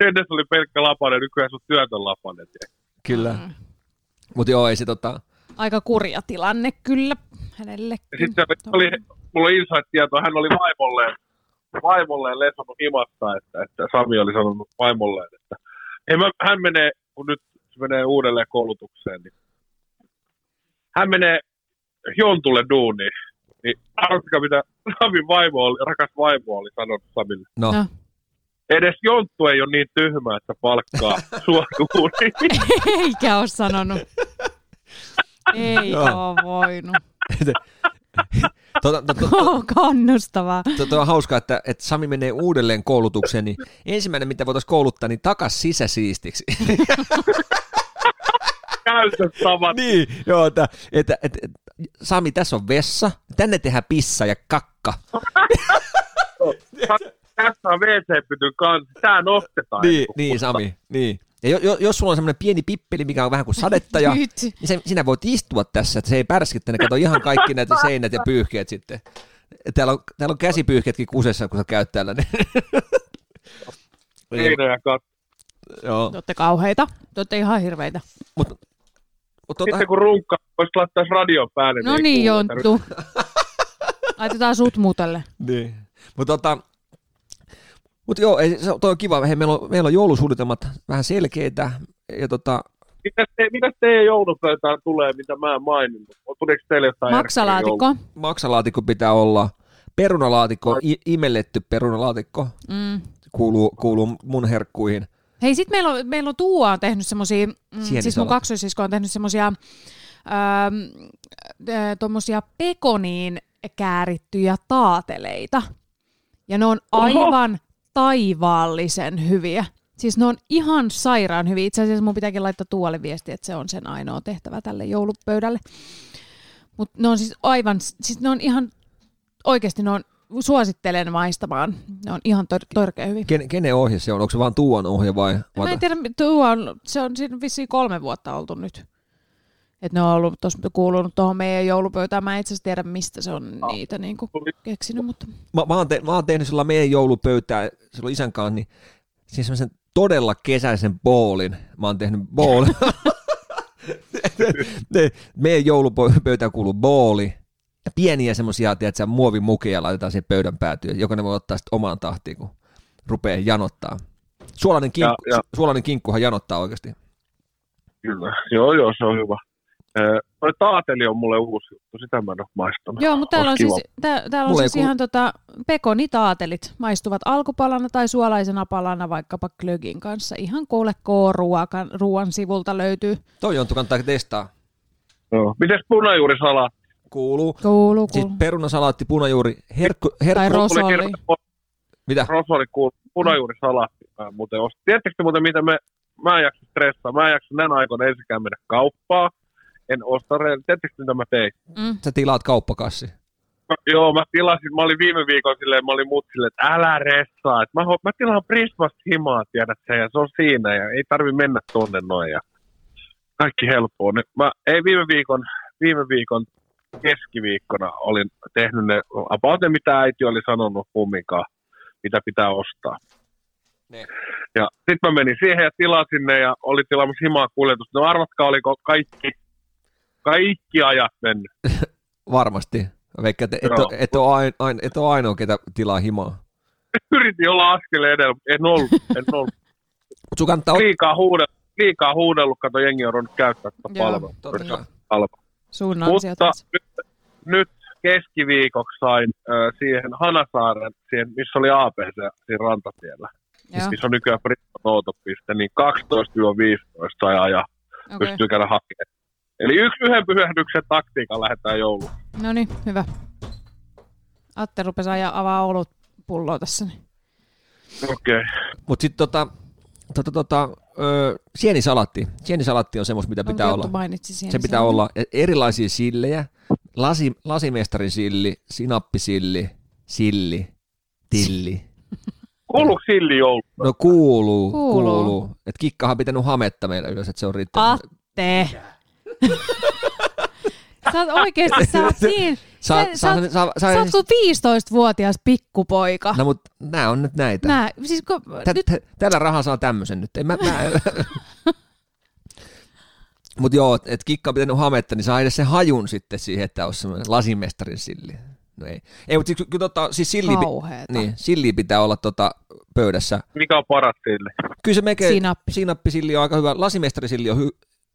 Speaker 4: Ennen se oli pelkkä lapanen, nykyään se on työtön lapanen. tiedä.
Speaker 3: Kyllä.
Speaker 2: Mm.
Speaker 3: Mutta joo, ei se tota,
Speaker 2: Aika kurja tilanne kyllä hänelle.
Speaker 4: Ja sitten se oli, mulla oli insight-tieto, hän oli vaimolleen, vaimolleen lesonut himasta, että, että Sami oli sanonut vaimolleen, että ei mä, hän menee, kun nyt se menee uudelleen koulutukseen, niin hän menee Jontulle duuniin. Niin arvatkaa, mitä Samin vaimo oli, rakas vaimo oli sanonut Samille.
Speaker 3: no.
Speaker 2: No.
Speaker 4: Edes Jonttu ei ole niin tyhmä, että palkkaa sua duuniin.
Speaker 2: Eikä ole sanonut. Ei
Speaker 3: Joo.
Speaker 2: ole voinut.
Speaker 3: Tuota, tota- to, to,
Speaker 2: Oh, kannustavaa.
Speaker 3: to, to on hauskaa, että, että Sami menee uudelleen koulutukseen, niin ensimmäinen, mitä voitaisiin kouluttaa, niin takas sisäsiistiksi.
Speaker 4: Käytöstavat.
Speaker 3: niin, joo, että, että, että, että Sami, tässä on vessa, tänne tehdään pissa ja kakka.
Speaker 4: Tässä on WC-pytyn kanssa. Tää nostetaan.
Speaker 3: Niin, niin Sami, niin. Ja jo, jo, jos sulla on semmoinen pieni pippeli, mikä on vähän kuin sadettaja,
Speaker 2: Nyt.
Speaker 3: niin se, sinä voit istua tässä, että se ei pärskittä, ne kato ihan kaikki näitä seinät ja pyyhkeet sitten. Täällä on, täällä on käsipyyhkeetkin kusessa, kun sä käyt täällä. Niin.
Speaker 4: Keinoja kat-
Speaker 3: joo.
Speaker 2: Te olette kauheita. Te olette ihan hirveitä.
Speaker 3: Mutta mut, tota,
Speaker 4: Sitten kun runkka, voisi laittaa radion päälle.
Speaker 2: No
Speaker 4: ei
Speaker 2: niin,
Speaker 4: kuule.
Speaker 2: Jonttu. Laitetaan sut mutelle.
Speaker 3: Niin. Mutta tota, mut joo, ei, se, toi on kiva. Hei, meillä, on, meillä on joulusuunnitelmat vähän selkeitä. Ja tota,
Speaker 4: Mitäs, te, mitäs teidän joulupöytään tulee, mitä mä en maininnut? Tuleeko teille jotain
Speaker 2: Maksalaatikko.
Speaker 3: maksalaatikko pitää olla, perunalaatikko, i, imelletty perunalaatikko,
Speaker 2: Mm.
Speaker 3: kuuluu, kuuluu mun herkkuihin.
Speaker 2: Hei, sit meillä on, meillä on Tuua on tehnyt semmosia, mm,
Speaker 3: Sienisalat.
Speaker 2: siis mun kaksoisisko on tehnyt semmosia öö, tommosia pekoniin käärittyjä taateleita. Ja ne on aivan Oho. taivaallisen hyviä. Siis ne on ihan sairaan hyviä. Itse asiassa mun pitääkin laittaa Tuualle viesti, että se on sen ainoa tehtävä tälle joulupöydälle. Mutta ne on siis aivan, siis ne on ihan, oikeasti ne on, suosittelen maistamaan. Ne on ihan tor- torkea hyviä.
Speaker 3: Ken, kenen ohje se on? Onko se vaan Tuuan ohje vai? vai
Speaker 2: Mä en tiedä, tuo on, se on siinä vissiin kolme vuotta oltu nyt. Et ne on ollut tos, kuulunut tuohon meidän joulupöytään. Mä en itse asiassa tiedä, mistä se on
Speaker 3: Ah.
Speaker 2: niitä niinku keksinyt, mutta
Speaker 3: mä, mä, oon te, mä oon tehnyt sillä meidän joulupöytää silloin isän kanssa, niin siis semmoisen todella kesäisen boolin. Mä oon tehnyt boolin. Ne- meidän joulupöytään kuuluu booli ja pieniä semmoisia, tiedätkö, muovimukeja laitetaan siihen pöydän päätyyn. Jokainen voi ottaa sitten omaan tahtiin, kun rupeaa janottaa. Suolainen, kinkku,
Speaker 4: Ja- ja.
Speaker 3: suolainen kinkkuhan janottaa oikeasti.
Speaker 4: Kyllä, joo joo, se on hyvä. Öö, Toi taateli on mulle uusi juttu, sitä mä en ole maistanut.
Speaker 2: Joo, mutta täällä on
Speaker 4: Olisi
Speaker 2: siis,
Speaker 4: kiva.
Speaker 2: tää, täällä on
Speaker 3: Mulla ei
Speaker 2: siis
Speaker 3: kuulu-
Speaker 2: ihan tota, pekonitaatelit maistuvat alkupalana tai suolaisena palana vaikkapa klögin kanssa. Ihan kuule K-ruokan ruoan sivulta löytyy.
Speaker 3: Toi on, kannattaa testaa.
Speaker 4: Joo. Mites punajuurisala?
Speaker 3: Kuuluu.
Speaker 2: Kuuluu,
Speaker 3: Siis
Speaker 2: kuuluu.
Speaker 3: perunasalaatti, punajuuri, herkku,
Speaker 2: Tai
Speaker 3: herkku,
Speaker 2: ro- Rosoli.
Speaker 3: mitä?
Speaker 4: Rosoli kuuluu punajuurisala. Mä muuten ostin. Tiedättekö muuten, mitä me, mä en jaksa stressaa. Mä en jaksa näin aikoina ensikään mennä kauppaan. En osta reilaa. Tiedättekö, mitä mä tein?
Speaker 2: Mm.
Speaker 3: Sä tilaat kauppakassi.
Speaker 4: Mä- Joo, mä tilasin, mä olin viime viikolla silleen, mä olin mut silleen, että älä ressaa, että mä, ho- mä tilaan Prismasta himaa, tiedät sen, ja se on siinä, ja ei tarvi mennä tonne noin, ja kaikki helppoa. Nyt mä, ei viime viikon, viime viikon keskiviikkona olin tehnyt ne, about ne, mitä äiti oli sanonut kumminkaan, mitä pitää ostaa.
Speaker 3: Ne.
Speaker 4: Ja sit mä menin siihen ja tilasin ne, ja oli tilaamassa himaa kuljetusta. No arvatkaa, oliko kaikki, kaikki ajat mennyt.
Speaker 3: Varmasti. Mä Veikkaan, että et,
Speaker 4: Joo.
Speaker 3: ole- et, ole ain, ain, et ole ainoa, ketä tilaa himaa.
Speaker 4: yritin olla askeleen edellä, mutta en ollut, en ollut.
Speaker 3: Mut sun kannattaa ottaa.
Speaker 4: Liikaa, huudellut, liikaa huudellut, kato jengi on ruvennut käyttää tätä
Speaker 2: Joo, No,
Speaker 4: palvelua.
Speaker 3: totta kai.
Speaker 4: Palvelua.
Speaker 2: Sun
Speaker 4: Mutta
Speaker 3: siis
Speaker 2: ansiotas.
Speaker 4: nyt, nyt keskiviikoksi sain ö, siihen Hanasaaren, siihen, missä oli APC siinä rantatiellä, Siis
Speaker 2: Joo,
Speaker 3: siis
Speaker 4: missä on nykyään Britta Noutopiste, niin 12-15 sai ajaa, okay.
Speaker 2: okei.
Speaker 4: pystyy käydä hakemaan. Eli yksi yhden pyhähdyksen taktiikan lähdetään jouluun.
Speaker 2: No niin, hyvä. Atte rupesi ajaa avaa olut pulloa tässä. niin.
Speaker 4: Okei. Okay.
Speaker 3: Mut sit tota, tota, tota ö, sienisalaatti. Sienisalaatti on semmos, mitä pitää
Speaker 2: Onkin
Speaker 3: olla.
Speaker 2: Otto Mainitsi siinä
Speaker 3: Se pitää
Speaker 2: sen. niin
Speaker 3: olla e- erilaisia sillejä. Lasi, lasimestarin silli, sinappisilli, silli, tilli.
Speaker 4: Kuuluuko silli joulu?
Speaker 3: No kuuluu, kuuluu.
Speaker 2: Kuuluu. Ah.
Speaker 3: kuuluu. Et kikkahan on pitänyt hametta meillä yleensä, että se on riittänyt.
Speaker 2: Atte! sä oot oikeesti, sä oot niin,
Speaker 3: Saa-
Speaker 2: sä,
Speaker 3: saa-
Speaker 2: sä, oot,
Speaker 3: saa- saa-
Speaker 2: sä oot kuin 15-vuotias pikkupoika.
Speaker 3: No mut nää on nyt näitä.
Speaker 2: Nää, siis kun,
Speaker 3: Tä,
Speaker 2: nyt,
Speaker 3: tä, tällä rahaa saa tämmöisen nyt. Ei, mä, mä, Mut joo, että et kikka on pitänyt hametta, niin saa edes sen hajun sitten siihen, että on semmoinen lasimestarin silli. No ei. Ei, mutta siis, ky- kyllä totta, siis silli,
Speaker 2: Kauheeta.
Speaker 3: niin, silli pitää olla tota pöydässä.
Speaker 4: Mikä on paras silli?
Speaker 3: Kyllä se melkein,
Speaker 2: Sinappi.
Speaker 3: sinappisilli on aika hyvä, lasimestarisilli on hyvä,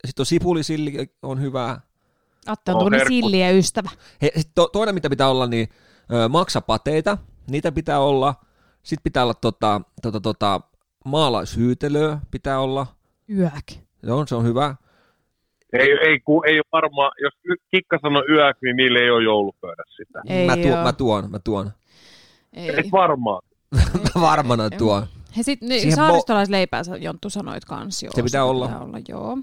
Speaker 3: sitten on sipulisilli on hyvää.
Speaker 2: Atte on
Speaker 4: on
Speaker 2: tuommoinen
Speaker 4: herkku.
Speaker 2: silliä ystävä.
Speaker 3: He, sit to, toinen, mitä pitää olla, niin ö, maksapateita, niitä pitää olla. Sitten pitää olla tota, tota, tota, maalaishyytelöä pitää olla.
Speaker 2: Yäk.
Speaker 3: Joo, se on hyvä.
Speaker 4: Ei, ei, ku, ei varmaan, jos nyt Kikka sanoi yök, niin niille ei ole joulupöydässä sitä.
Speaker 2: Ei
Speaker 3: mä, tuon,
Speaker 2: oo.
Speaker 3: mä tuon, mä tuon.
Speaker 4: Ei.
Speaker 2: Ei.
Speaker 4: varmaan.
Speaker 3: Mä varmana
Speaker 2: ei.
Speaker 3: tuon.
Speaker 2: He sit,
Speaker 3: Siihen
Speaker 2: niin,
Speaker 3: bo-
Speaker 2: saaristolaisleipää sä, Jonttu sanoit kans, joo.
Speaker 3: Se pitää
Speaker 2: sitä
Speaker 3: olla.
Speaker 2: Pitää olla joo.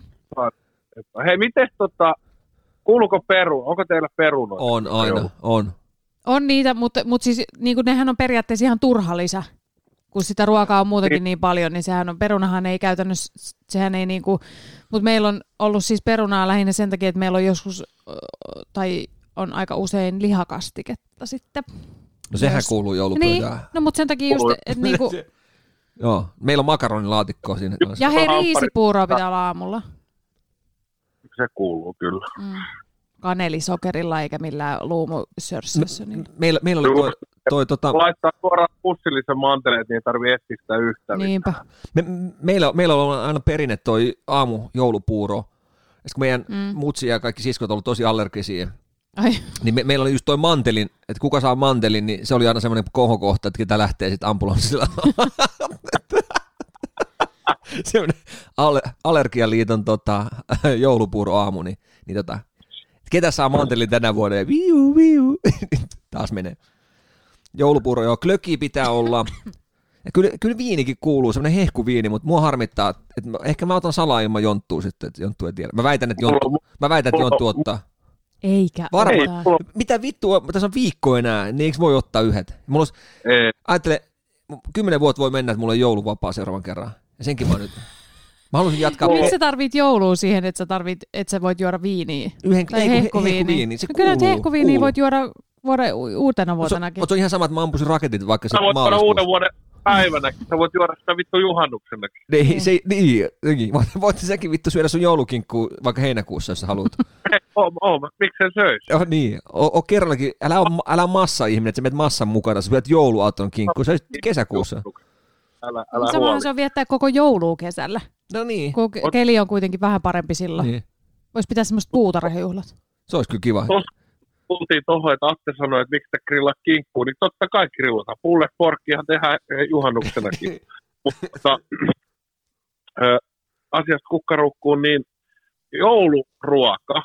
Speaker 4: Hei, miten tota, kuuluuko peru, onko teillä perunoita?
Speaker 3: On aina,
Speaker 4: Joo.
Speaker 3: on.
Speaker 2: On niitä, mutta, mutta siis niin kuin nehän on periaatteessa ihan turha lisä. Kun sitä ruokaa on muutenkin niin paljon, niin sehän on, perunahan ei käytännössä, sehän ei niin kuin, mutta meillä on ollut siis perunaa lähinnä sen takia, että meillä on joskus, ö, tai on aika usein lihakastiketta sitten.
Speaker 3: No sehän
Speaker 2: Myös.
Speaker 3: kuuluu
Speaker 2: Niin,
Speaker 3: joulupöytään.
Speaker 2: no mutta sen takia just,
Speaker 4: Kuuluu.
Speaker 2: että niinku,
Speaker 3: Joo, meillä on makaronilaatikko siinä. kanssa.
Speaker 2: ja hei
Speaker 4: Hampari.
Speaker 2: riisipuuroa pitää olla aamulla.
Speaker 4: Se kuuluu kyllä.
Speaker 2: Mm. Kanelisokerilla eikä millään luumusörsössä.
Speaker 3: No,
Speaker 2: Niin.
Speaker 3: Meillä, meillä oli toi, toi tota,
Speaker 4: Kun laittaa suoraan pussillisen manteleet, niin ei tarvitse etsiä sitä yhtään. Niin.
Speaker 2: Niinpä.
Speaker 3: me, meillä, meillä on ollut aina perinne toi aamu joulupuuro. Sitten kun meidän
Speaker 2: Mm.
Speaker 3: mm. mutsi ja kaikki siskot on ollut tosi allergisia
Speaker 2: Ai,
Speaker 3: Niin me, meillä oli just toi mantelin, että kuka saa mantelin, niin se oli aina semmoinen kohokohta, että ketä lähtee sitten ambulanssilla. semmoinen alle, allergialiiton tota, joulupuuro aamu, niin, niin tota, ketä saa mantelin tänä vuonna? Ja viu, viu. Taas menee. Joulupuuro, joo, klöki pitää olla. Ja kyllä, kyllä viinikin kuuluu, semmoinen hehkuviini, mutta mua harmittaa, että mä, ehkä mä otan salaa ilman jonttua sitten, että jonttu ei tiedä. Mä väitän, että jonttu, mä väitän, että jonttu ottaa.
Speaker 2: eikä
Speaker 3: Varmaan.
Speaker 2: ota.
Speaker 4: mulla-
Speaker 3: Mitä vittua, tässä on viikko enää, niin eikö voi ottaa yhdet? Mulla olisi,
Speaker 4: Ei,
Speaker 3: ajattele, kymmenen vuotta voi mennä, että mulla on jouluvapaa seuraavan kerran. Ja senkin mä oon nyt. Mä haluaisin jatkaa
Speaker 2: Miksi sä tarvit joulua siihen, että sä, tarvit, että sä voit juoda viiniä?
Speaker 3: yhden
Speaker 2: Tai
Speaker 3: ei, kun he-
Speaker 2: hehkuviiniä.
Speaker 3: Se
Speaker 2: No kyllä nyt
Speaker 3: kuuluu,
Speaker 2: hehkuviiniä
Speaker 3: kuuluu.
Speaker 2: voit juoda vuoden u- uutena
Speaker 3: Mut Se,
Speaker 2: vuotenakin.
Speaker 3: mutta se on ihan sama, että mä ampuisin raketit vaikka
Speaker 4: sä
Speaker 3: sitten
Speaker 4: voit juoda uuden
Speaker 3: maaliskuussa.
Speaker 4: vuoden päivänä, sä voit juoda sitä vittu juhannuksenakin.
Speaker 3: Niin, se, niin, niin. Voit, voit säkin vittu syödä sun joulukinkkuu vaikka heinäkuussa, jos sä haluat.
Speaker 4: Ei, oo, oo, mä- miksi sen söis?
Speaker 3: oh, niin, o, o, kerrallakin, älä, ole, älä ole massa-ihminen, että sä menet massan mukana, sä syöt jouluaaton kinkkuu, sä syöt kesäkuussa.
Speaker 4: Älä,
Speaker 2: Mut
Speaker 4: älä huoli.
Speaker 2: Samahan se on viettää koko joulua kesällä,
Speaker 3: No niin.
Speaker 2: kun ke- keli on kuitenkin vähän parempi silloin.
Speaker 3: niin.
Speaker 2: Voisi pitää semmoiset puutarhajuhlat.
Speaker 3: Se olisi kyllä kiva.
Speaker 4: Tos, tultiin tuohon, että Atte sanoi, että miksi te grillaa kinkkuu, niin totta kai grillataan. Pulle porkkihan tehdään eh, juhannuksenakin. Mutta ö, asiasta kukkarukkuun, niin jouluruoka,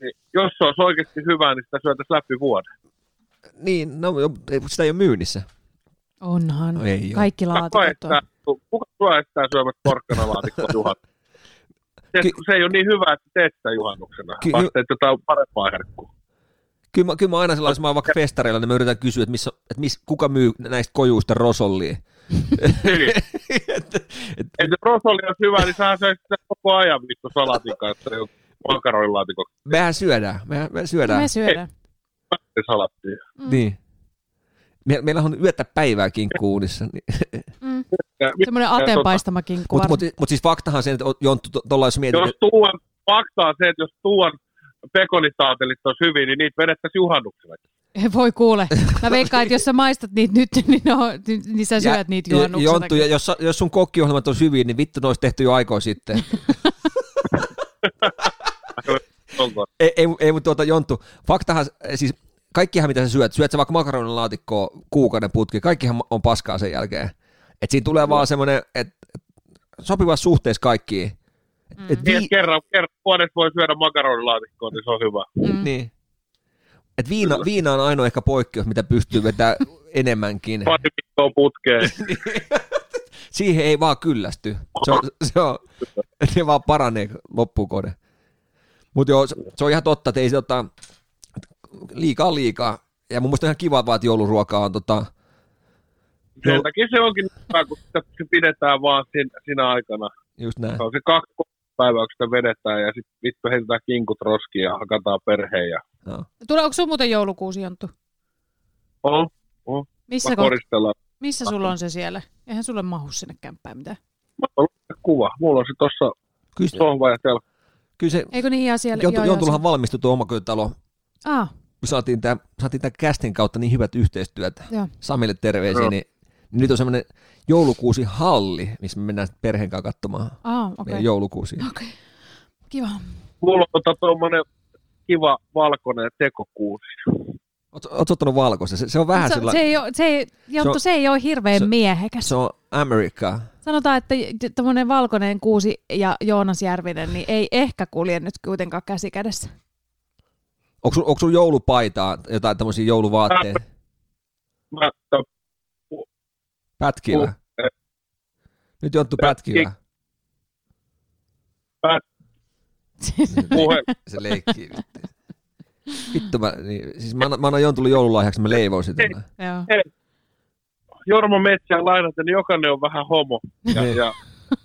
Speaker 4: niin jos se olisi oikeasti hyvää, niin sitä syötäisiin läpi vuoden.
Speaker 3: Niin, no jo- ei- sitä ei ole myynnissä.
Speaker 2: Onhan.
Speaker 3: No ei oo.
Speaker 2: Kaikki
Speaker 4: Kuka
Speaker 2: laatikot on.
Speaker 4: estää, kuka sua estää syömästä porkkanalaatikkoa juhannuksena? Se,
Speaker 3: Ki-
Speaker 4: se ei ole niin hyvä, että teet sitä juhannuksena,
Speaker 3: Ki-
Speaker 4: vaan teet jotain parempaa herkkua.
Speaker 3: Kyllä mä, kyllä mä aina silloin, jos mä oon vaikka festareilla, niin mä yritän kysyä, että, missä, että miss, kuka myy näistä kojuista rosollia.
Speaker 4: Niin.
Speaker 3: Et- et-
Speaker 4: Että jos rosoli olisi hyvä, niin sähän söisit sitä koko ajan vittu salatin kanssa joku makaronilaatikon
Speaker 3: mehän syödään, mehän, me syödään.
Speaker 2: Me syödään.
Speaker 4: salattiin.
Speaker 2: Mm.
Speaker 3: Niin. Me, meillä on yötä päivää kinkkuu uunissa. Niin.
Speaker 2: Mm.
Speaker 4: Ja mit-
Speaker 2: Semmoinen ateen
Speaker 4: tota,
Speaker 2: paistama kinkku.
Speaker 3: Mutta
Speaker 2: varmaan.
Speaker 3: mut, mut siis faktahan se, että o- Jonttu, to- tuolla jos mietit,
Speaker 4: Jos
Speaker 3: että
Speaker 4: tuon, faktaa se, että jos tuon pekonitaatelit olisi hyvin, niin niitä vedettäisiin juhannuksena.
Speaker 2: Voi kuule. Mä veikkaan, että jos sä maistat niitä nyt, niin, no, niin, niin sä syöt niitä juhannuksena.
Speaker 3: Jonttu, ja jos, jos sun kokkiohjelmat on hyviä, niin vittu ne olisi tehty jo aikoja sitten.
Speaker 4: Onko?
Speaker 3: ei, ei, ei mutta tuota, Jonttu, faktahan, siis kaikkihan mitä sä syöt, syöt sä vaikka makaronilaatikkoa kuukauden putki, kaikkihan on paskaa sen jälkeen. Et siinä tulee vaan semmoinen, että sopivassa suhteessa kaikkiin. Et
Speaker 4: Niin,
Speaker 3: vi-
Speaker 4: että kerran, kerran vuodessa voi syödä makaronilaatikkoa, niin se on hyvä.
Speaker 2: Mm.
Speaker 3: niin. Et viina, viina on ainoa ehkä poikkeus, mitä pystyy vetämään enemmänkin.
Speaker 4: Pari viikkoa putkeen.
Speaker 3: Siihen ei vaan kyllästy. Se, on, se, on, se vaan paranee loppukode. Mutta joo, se, se on ihan totta, että ei se tota, liikaa on liikaa. Ja mun mielestä on ihan kiva vaan, että jouluruokaa on tota,
Speaker 4: Sen takia se onkin hyvä, kun sitä se pidetään vaan sin, sinä aikana.
Speaker 3: just näin.
Speaker 4: Se on se kaksi päivää, kun sitä vedetään ja sitten vittu heitetään kinkut roskiin ja hakataan perheen. Ja...
Speaker 3: No.
Speaker 2: Tule, onko sun muuten joulukuusi, Jonttu?
Speaker 4: On,
Speaker 2: Missä,
Speaker 4: mä
Speaker 2: ko-
Speaker 4: koristellaan.
Speaker 2: missä sulla on se siellä? Eihän sulle mahu sinne kämppään mitään.
Speaker 3: Mm.
Speaker 4: Mä oon kuva. Mulla on se tuossa
Speaker 3: Kyllä, se-
Speaker 4: sohva ja telkka.
Speaker 3: kyllä se,
Speaker 2: Eikö niin ihan siellä?
Speaker 3: Jontu,
Speaker 2: joo, joo,
Speaker 3: Jontullahan valmistui tuo omakotitalo,
Speaker 2: se- Ah,
Speaker 3: kun saatiin tämän, saatiin tämän kästin kautta niin hyvät yhteistyöt.
Speaker 2: joo.
Speaker 3: Samille terveisiä,
Speaker 4: Joo.
Speaker 3: niin, niin nyt on semmoinen joulukuusi halli, missä me mennään perheen kanssa katsomaan
Speaker 2: Ah, okei.
Speaker 3: meidän joulukuusia.
Speaker 2: Okei. Kiva.
Speaker 4: Mulla on tota tuommoinen kiva valkoinen tekokuusi.
Speaker 3: Oot, oot ottanut valkoista, se, se on vähän
Speaker 2: se,
Speaker 3: sillä,
Speaker 2: se, ei ole, se, ei, Jonttu,
Speaker 3: on-
Speaker 2: se ei ole hirveän
Speaker 3: se-
Speaker 2: miehekäs.
Speaker 3: se on Amerikkaa.
Speaker 2: Sanotaan, että tämmöinen valkoinen kuusi ja Joonas Järvinen niin ei ehkä kulje nyt kuitenkaan käsi kädessä.
Speaker 3: Onko sun, onko sun joulupaitaa, jotain tämmöisiä jouluvaatteita?
Speaker 4: Mä, to,
Speaker 3: Pätkivä. Nyt Jonttu pätkivä. Se,
Speaker 4: puhe,
Speaker 3: leik- se leikkii. vittu. Vittu mä, niin, siis mä, annan- mä annan Jontulle joululahjaksi, mä leivon sitä.
Speaker 4: Ei.
Speaker 2: Joo.
Speaker 4: Jorma Metsään lainaten, niin jokainen on vähän homo. Ja,
Speaker 3: Niin.
Speaker 4: ja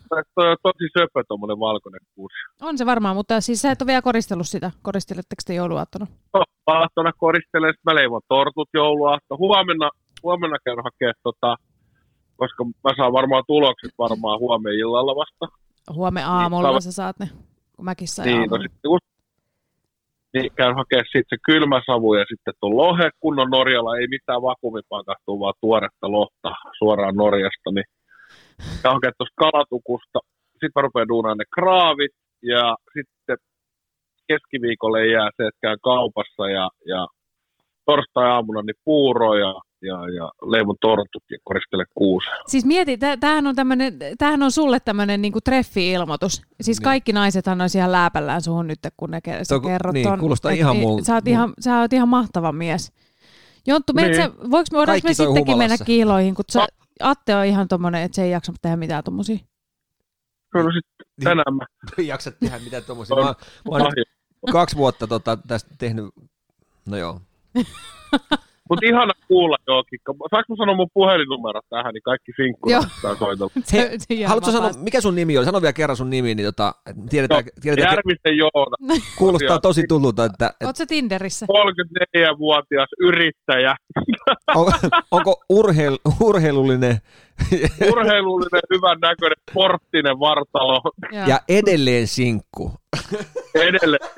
Speaker 4: toi on tosi söpö tuommoinen valkoinen kuusi.
Speaker 2: On se varmaan, mutta siis sä et ole vielä koristellut sitä. Koristeletteko te jouluaattona?
Speaker 4: No, aattona koristelen, sit mä leivon tortut jouluaatto. Huomenna, huomenna käyn hakea tota, koska mä saan varmaan tulokset varmaan huomenna illalla vasta.
Speaker 2: Huomenna aamulla
Speaker 4: Niin,
Speaker 2: sä saat ne, kun mäkin sain
Speaker 4: Niin, no
Speaker 2: aamulla.
Speaker 4: sitten kun niin käyn hakea sitten se kylmä savu ja sitten tuon lohe, kunnon Norjalla ei mitään vakuumipakastua, vaan tuoretta lohta suoraan Norjasta, niin käyn hakea tuosta kalatukusta. Sitten mä rupean duunaan ne kraavit ja sitten keskiviikolle ei jää seetkään kaupassa ja, ja torstai-aamuna niin puuro ja, ja, ja leivon tortut ja koristele kuusi.
Speaker 2: Siis mieti, tä- tämähän on, tämmönen, tämähän on sulle tämmöinen niinku treffi-ilmoitus. Siis
Speaker 3: Niin.
Speaker 2: niin. kaikki naisethan on siellä lääpällään suhun nyt, kun ne ke- sä
Speaker 3: on ku-
Speaker 2: kerrot
Speaker 3: niin,
Speaker 2: ton,
Speaker 3: kuulostaa
Speaker 2: et-
Speaker 3: ihan
Speaker 2: i-
Speaker 3: mul-
Speaker 2: Sä oot,
Speaker 3: mul-
Speaker 2: ihan, sä oot ihan mahtava mies. Jonttu, niin.
Speaker 4: Niin.
Speaker 2: sä, voiko me, voidaanko
Speaker 3: Kaikki
Speaker 2: me
Speaker 3: toi
Speaker 2: sittenkin
Speaker 3: humalassa.
Speaker 2: mennä kiiloihin, kun sä, Atte on ihan tommonen, että se ei jaksa tehdä mitään tommosia.
Speaker 4: Kyllä sitten No, tänään mä
Speaker 3: Niin. Ei jaksa tehdä mitään tuommoisia.
Speaker 4: On.
Speaker 3: Mä, mä oon nyt
Speaker 4: lahjoin.
Speaker 3: kaksi vuotta tota, tästä tehnyt, no joo.
Speaker 4: Mutta ihana kuulla joo, Kikka. Saanko mä sanoa mun puhelinnumero tähän, niin kaikki
Speaker 2: Joo.
Speaker 4: sinkkulat saa soitella.
Speaker 3: Hei,
Speaker 2: Se- se jää
Speaker 3: Haluatko sanoa,
Speaker 2: vapaasti.
Speaker 3: mikä sun nimi oli? Sano vielä kerran sun nimi, niin tota, tiedetään,
Speaker 4: Joo,
Speaker 3: tiedetään
Speaker 4: Järvisten Joona,
Speaker 3: kuulostaa tosi tutulta, että et,
Speaker 2: Oot sä Tinderissä?
Speaker 4: 34-vuotias yrittäjä,
Speaker 3: on, onko urheil, urheilullinen
Speaker 4: urheilullinen, hyvän näköinen, sporttinen vartalo
Speaker 2: Joo.
Speaker 3: ja edelleen sinkku.
Speaker 4: edelleen.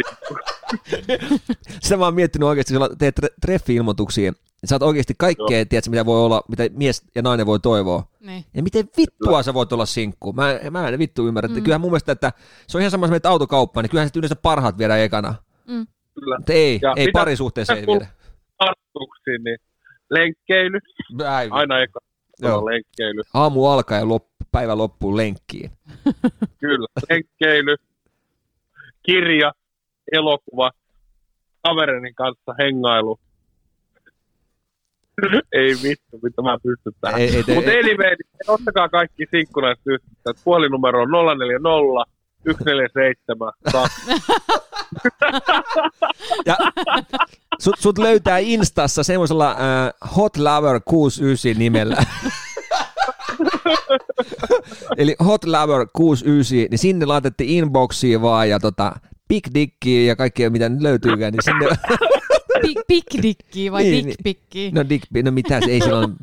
Speaker 3: Sitä mä oon miettinyt oikeasti, kun teet tre- treffi-ilmoituksia, niin sä oot oikeasti kaikkea, tiedätkö, mitä voi olla, mitä mies ja nainen voi toivoa.
Speaker 2: Niin.
Speaker 3: Ja miten vittua sä voit olla sinkku? Mä, en- mä en vittu ymmärrä. Mm. Kyllähän mun mielestä, että se on ihan sama, jos menet autokauppaan, niin kyllähän sitten yleensä parhaat viedään ekana.
Speaker 2: Mm.
Speaker 4: Kyllä.
Speaker 3: Mutta ei,
Speaker 4: Ja
Speaker 3: ei
Speaker 4: mitä-
Speaker 3: parisuhteeseen
Speaker 4: mitä-
Speaker 3: viedä.
Speaker 4: harrastuksiin, niin lenkkeily,
Speaker 3: Ai,
Speaker 4: aina eka
Speaker 3: Joo.
Speaker 4: Joo. lenkkeily,
Speaker 3: Aamu alkaa ja loppu, päivä loppuu lenkkiin.
Speaker 4: kyllä, lenkkeily, kirja, elokuva, kavereiden kanssa hengailu. ei vittu, mitä mä pystyn tähän.
Speaker 3: Ei- ei te-
Speaker 4: Mutta
Speaker 3: ei-
Speaker 4: anyway, niin ottakaa kaikki sinkkunaiset yhteyttä. että Puhelinnumero on 040 147 2.
Speaker 3: Ja sut, sut löytää Instassa semmoisella äh, Hot Lover 69 nimellä. Eli Hot Lover 69, niin sinne laitettiin inboxiin vaan ja tota, Big Dickiin ja kaikkea mitä nyt löytyykään, niin sinne,
Speaker 2: Pik, pikdikkiä vai
Speaker 3: Niin,
Speaker 2: niin,
Speaker 3: niin.
Speaker 2: dickpikkiä?
Speaker 3: no Dick, no mitä se, ei sillä on,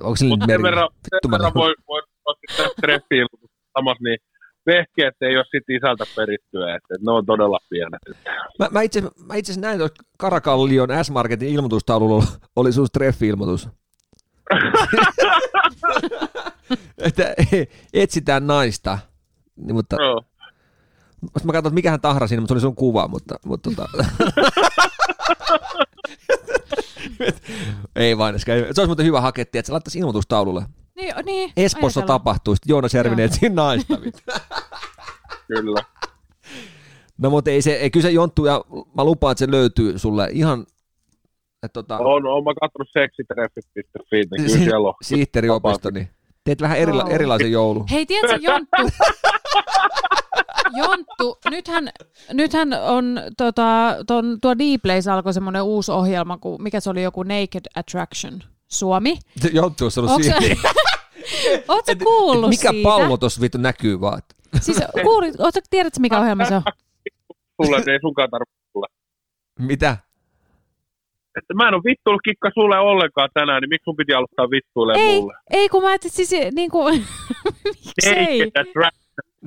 Speaker 3: onko sillä
Speaker 4: Mutta
Speaker 3: nyt
Speaker 4: sen verran,
Speaker 3: merkitystä?
Speaker 4: sen verran voi, voi ottaa treffiin samassa, niin vehkeet ei ole sit isältä perittyä, että ne on todella pienet.
Speaker 3: Mä, mä itse mä itse asiassa näin tuossa Karakallion S-Marketin ilmoitustaululla oli sun treffi-ilmoitus. että e, etsitään naista. Niin, mutta
Speaker 4: Joo.
Speaker 2: Mm.
Speaker 3: Sitten mä katsoin, että mikähän tahra siinä, mutta se oli sun kuva, mutta, mutta tota. ei vain, se olisi muuten hyvä haketti, että se laittaisi ilmoitustaululle.
Speaker 2: Niin, niin,
Speaker 3: Espoossa
Speaker 2: ajatellaan.
Speaker 3: tapahtui, sitten Joonas Järvinen
Speaker 2: Joo.
Speaker 3: etsi naista.
Speaker 4: Kyllä.
Speaker 3: no mutta ei se, ei, kyllä se jonttu ja mä lupaan, että se löytyy sulle ihan, että tota,
Speaker 4: On, on mä katsonut seksitreffit.fi, niin kyllä siellä on.
Speaker 3: sihteeriopisto, niin teet vähän erila,
Speaker 2: Joo.
Speaker 3: erilaisen joulun.
Speaker 2: Hei, tiedätkö Jonttu? Jonttu, nythän, nythän on tota, ton, tuo D-Place alkoi semmoinen uusi ohjelma, kun, mikä se oli joku Naked Attraction Suomi.
Speaker 3: Jonttu on ollut
Speaker 2: Onks-
Speaker 3: siihen.
Speaker 2: Oot sä kuullut
Speaker 3: Mikä
Speaker 2: siitä?
Speaker 3: pallo tuossa vittu näkyy vaan?
Speaker 2: Siis kuulit, oot, sä- tiedätkö mikä ohjelma se on?
Speaker 4: Sulle niin ei sunkaan tarvitse tulla.
Speaker 3: Mitä?
Speaker 4: Että mä en ole vittuillut kikka sulle ollenkaan tänään, niin miksi sun piti aloittaa vittuille
Speaker 2: Ei,
Speaker 4: mulle?
Speaker 2: ei kun mä etsin siis niin kuin, miksei?
Speaker 4: Naked Attraction.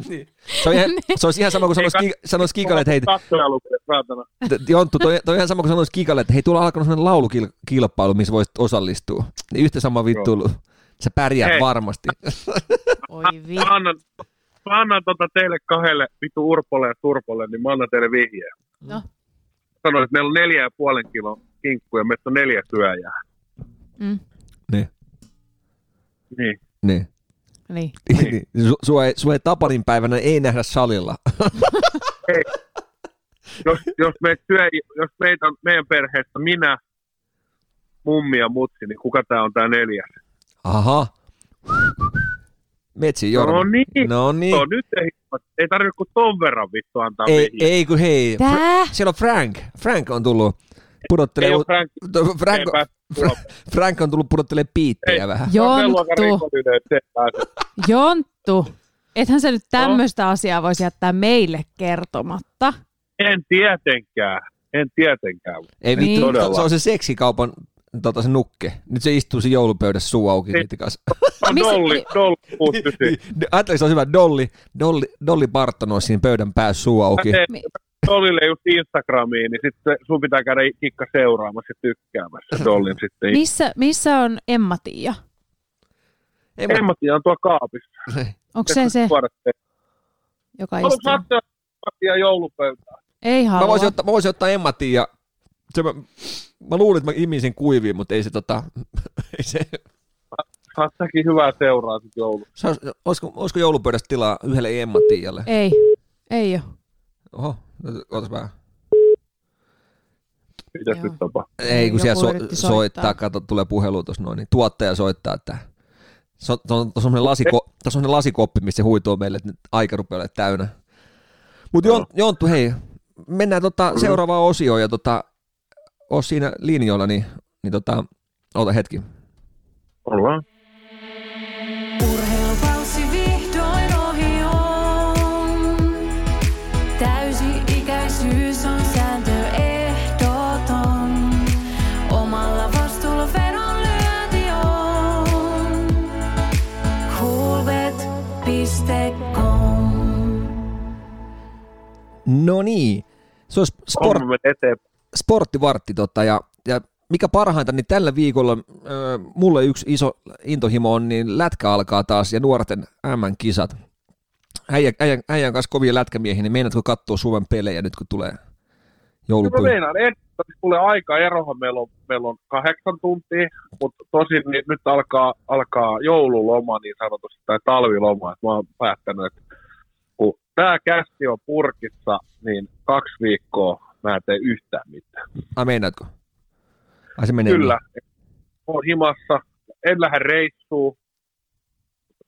Speaker 2: Niin.
Speaker 3: Se, on ihan, se olisi ihan sama kuin sanoisi, ki- sanoisi Kikalle, että hei,
Speaker 4: Katsoja lukee, saatana.
Speaker 3: T- Jonttu, toi, toi on ihan sama kuin sanoisi Kikalle, että hei, tuolla on alkanut sellainen laulukilpailu, missä voisit osallistua. Niin yhtä sama vittu, sä pärjäät
Speaker 4: Hei.
Speaker 3: varmasti.
Speaker 2: Oi vi.
Speaker 4: Mä annan, mä annan tota teille kahdelle vitu Urpolle ja Turpolle, niin mä annan teille vihjeen.
Speaker 2: No.
Speaker 4: Sanoin, että meillä on neljä ja puolen kilon kinkkuja, ja meistä on neljä syöjää.
Speaker 2: Mm,
Speaker 3: niin,
Speaker 4: Niin.
Speaker 3: niin.
Speaker 2: niin.
Speaker 3: niin. Su, sua, ei, sua ei Tapanin päivänä ei nähdä salilla.
Speaker 4: Jos, jos, me syö, jos meitä on meidän perheestä minä, mummi ja mutsi, niin kuka tää on tää neljä?
Speaker 3: Aha. Metsi Jorma.
Speaker 4: No niin.
Speaker 3: No niin.
Speaker 4: No, nyt ei, ei tarvitse kuin ton verran vittu antaa
Speaker 3: Ei,
Speaker 4: vihjeitä.
Speaker 3: ei kun hei. Fra-
Speaker 2: Tää?
Speaker 3: Äh. siellä on Frank. Frank on tullut pudottelee...
Speaker 4: Ei oo Frank.
Speaker 3: To- Frank,
Speaker 4: Ei pääse tuomaan.
Speaker 3: Fra- Frank on tullut pudottelee piittejä
Speaker 4: Ei.
Speaker 3: vähän.
Speaker 4: Se on sen luokan
Speaker 2: Jonttu,
Speaker 4: rikollinen, että se ei pääse.
Speaker 2: Jonttu. Ethän sä
Speaker 4: Oh.
Speaker 2: nyt tämmöistä asiaa voisi jättää meille kertomatta.
Speaker 4: En tietenkään. En tietenkään.
Speaker 3: Ei
Speaker 2: Niin.
Speaker 3: vittu,
Speaker 4: Todella.
Speaker 3: se on se seksikaupan tota, se nukke. Nyt se istuu siinä joulupöydässä suu auki
Speaker 4: Niin.
Speaker 3: niiden kanssa.
Speaker 4: No,
Speaker 2: Missä-
Speaker 4: dolli, dolli,
Speaker 3: Niin,
Speaker 4: puuttysi.
Speaker 3: Ajattelin, se on hyvä. Dolly, Dolly, Dolly Barton on siinä pöydän päässä suu auki.
Speaker 4: Mä teen
Speaker 2: Mi-
Speaker 4: Dollille just Instagramiin, niin sitten sun pitää käydä kikka seuraamassa ja
Speaker 2: Mm.
Speaker 4: tykkäämässä Dollin sitten. Niin.
Speaker 2: Missä, missä on Emma-Tiia?
Speaker 3: Ei,
Speaker 4: En
Speaker 3: mut-
Speaker 4: mä tiedä, on tuo kaapissa.
Speaker 2: Onko se se,
Speaker 4: Tuoda se.
Speaker 2: joka
Speaker 4: Haluatko
Speaker 2: istuu?
Speaker 4: sattua ja joulupöytää?
Speaker 2: Ei halua.
Speaker 3: Mä voisin, ottaa, mä voisin ottaa Emmatin ja se, mä, mä luulin, että mä imisin kuiviin, mutta ei se tota, ei se,
Speaker 4: Saat säkin hyvää seuraa sit joulu.
Speaker 3: se olis, olisiko, olisiko joulupöydästä tilaa yhdelle Emmatialle?
Speaker 2: Ei, ei ole.
Speaker 3: Oho, otas vähän.
Speaker 4: Mitäs
Speaker 2: Joo.
Speaker 4: nyt tapahtuu?
Speaker 3: Ei, kun
Speaker 2: Niin, Joku
Speaker 3: siellä so,
Speaker 2: yritti
Speaker 3: soittaa,
Speaker 2: soittaa.
Speaker 3: soittaa kato, tulee puhelu tuossa noin, niin tuottaja soittaa, että tuossa on, tos on, semmonen lasiko, tos on semmonen lasikoppi, missä se huitoo meille, että nyt aika rupeaa olemaan täynnä. Mutta Jont, Jonttu, hei, mennään tota seuraavaan osioon ja tota, oo siinä linjoilla, niin, niin tota, ota hetki.
Speaker 4: Ollaan.
Speaker 5: Urheilukausi vihdoin ohi on. Täysi-ikäisyys on sääntö ehdoton. Omalla vastuulla vedonlyönti on. Coolbet.com
Speaker 3: No niin, se on sp- sport,
Speaker 4: Homma menee eteenpäin.
Speaker 3: sporttivartti tota, ja, ja mikä parhainta, niin tällä viikolla ö, mulle yksi iso intohimo on, niin lätkä alkaa taas ja nuorten M-kisat. Äijä, äijän, äijän kanssa kovia lätkämiehiä, niin meinaatko katsoa Suomen pelejä nyt, kun tulee
Speaker 4: Kyllä No mä
Speaker 3: joulupyy?
Speaker 4: meinaan, että nyt tulee aika erohan, meillä on, meillä on kahdeksan tuntia, mutta tosin niin nyt alkaa, alkaa joululoma niin sanotusti, tai talviloma, että mä oon päättänyt, että kun tää kästi on purkissa, niin kaksi viikkoa mä en tee yhtään mitään.
Speaker 3: Ai Ah, meinaatko? Ai se menee niin.
Speaker 4: Kyllä, on himassa, en lähde reissuun,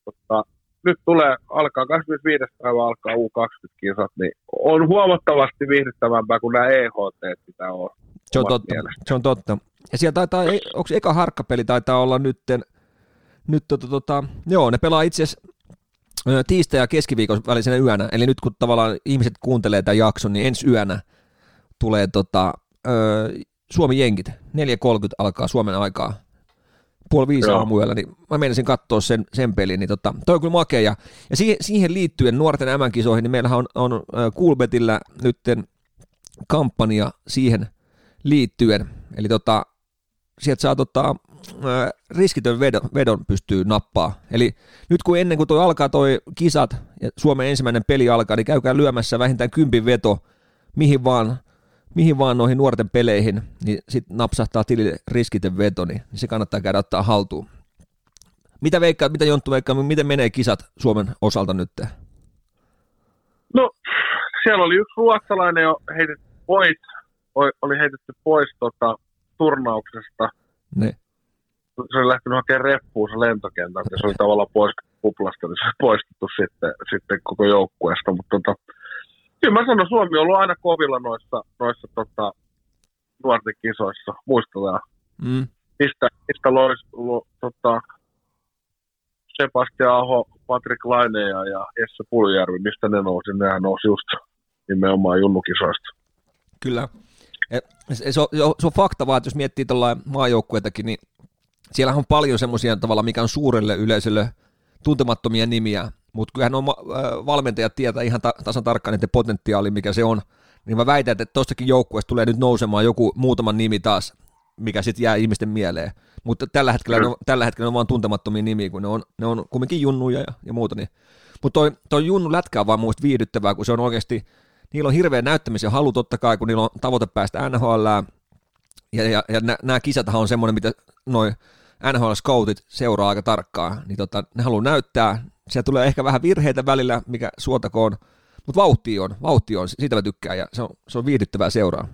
Speaker 4: mutta nyt tulee, alkaa 25. päivä alkaa U20-kisat, niin on huomattavasti viihdyttävämpää kuin nämä EHT, mitä on.
Speaker 3: Niin. Se on
Speaker 4: omat
Speaker 3: totta.
Speaker 4: mielestä.
Speaker 3: Se on totta. Ja siellä taitaa, ei- onko eka harkkapeli taitaa olla nytten, nyt tota, tota, joo, ne pelaa itse asiassa ö, tiistai- ja keskiviikon välisenä yönä, eli nyt kun tavallaan ihmiset kuuntelee tämän jakson, niin ensi yönä tulee tota, ö, Suomi-jenkit, 4.30 alkaa Suomen aikaa, puoli viisi
Speaker 4: Joo.
Speaker 3: aamuyöllä, niin mä menisin katsoa sen, sen pelin, niin tota, toi on kyllä makea, ja, ja siihen, siihen liittyen nuorten MM-kisoihin, niin meillähän on, on ö, Coolbetillä nytten kampanja siihen liittyen, eli tota, sieltä saa tota, ö, riskitön vedon, vedon pystyy nappaa. Eli nyt kun ennen kuin toi alkaa toi kisat ja Suomen ensimmäinen peli alkaa, niin käykää lyömässä vähintään kympin veto mihin vaan, mihin vaan noihin nuorten peleihin, niin sitten napsahtaa tilille riskitön veto, niin, niin se kannattaa käydä ottaa haltuun. Mitä veikkaat, mitä Jonttu veikkaa, miten menee kisat Suomen osalta nyt?
Speaker 4: No, siellä oli yksi ruotsalainen jo heitetty pois, oi- oli heitetty pois tota, turnauksesta.
Speaker 3: Ne.
Speaker 4: Se oli lähtenyt hakemaan reppuunsa lentokentältä, ja se oli tavallaan pois kuplasta, niin se oli poistettu sitten, sitten koko joukkueesta. Mutta tota, kyllä mä sanon, Suomi on ollut aina kovilla noissa, noissa tota, nuorten kisoissa, muistetaan.
Speaker 3: Mm.
Speaker 4: Mistä, mistä lois, lo, tota, Sebastian Aho, Patrick Laine ja, ja Jesse Puljärvi, mistä ne nousi, nehän nousi just nimenomaan junnukisoista.
Speaker 3: Kyllä. Ja Se, se, on, se on- se on fakta vaan, että jos miettii tuollain maajoukkueitakin, niin siellähän on paljon semmoisia tavalla, mikä on suurelle yleisölle tuntemattomia nimiä, mutta kyllähän on, valmentajat tietää ihan ta- tasan tarkkaan niiden potentiaali, mikä se on, niin mä väitän, että tuostakin joukkueesta tulee nyt nousemaan joku muutama nimi taas, mikä sitten jää ihmisten mieleen, mutta tällä hetkellä, ne on, tällä hetkellä ne on vaan tuntemattomia nimiä, kun ne on, ne on kumminkin junnuja ja, ja muuta, niin mutta toi, toi Junnu lätkä on vaan muista viihdyttävää, kun se on oikeasti, niillä on hirveä näyttämisen halu totta kai, kun niillä on tavoite päästä NHL, ja, ja, ja nämä kisathan on semmoinen, mitä noin NHL-scoutit seuraa aika tarkkaan, niin tota, ne haluaa näyttää, siellä tulee ehkä vähän virheitä välillä, mikä suotakoon, mutta vauhti on, vauhti on, siitä mä tykkään, ja se on, se on viihdyttävää seuraa.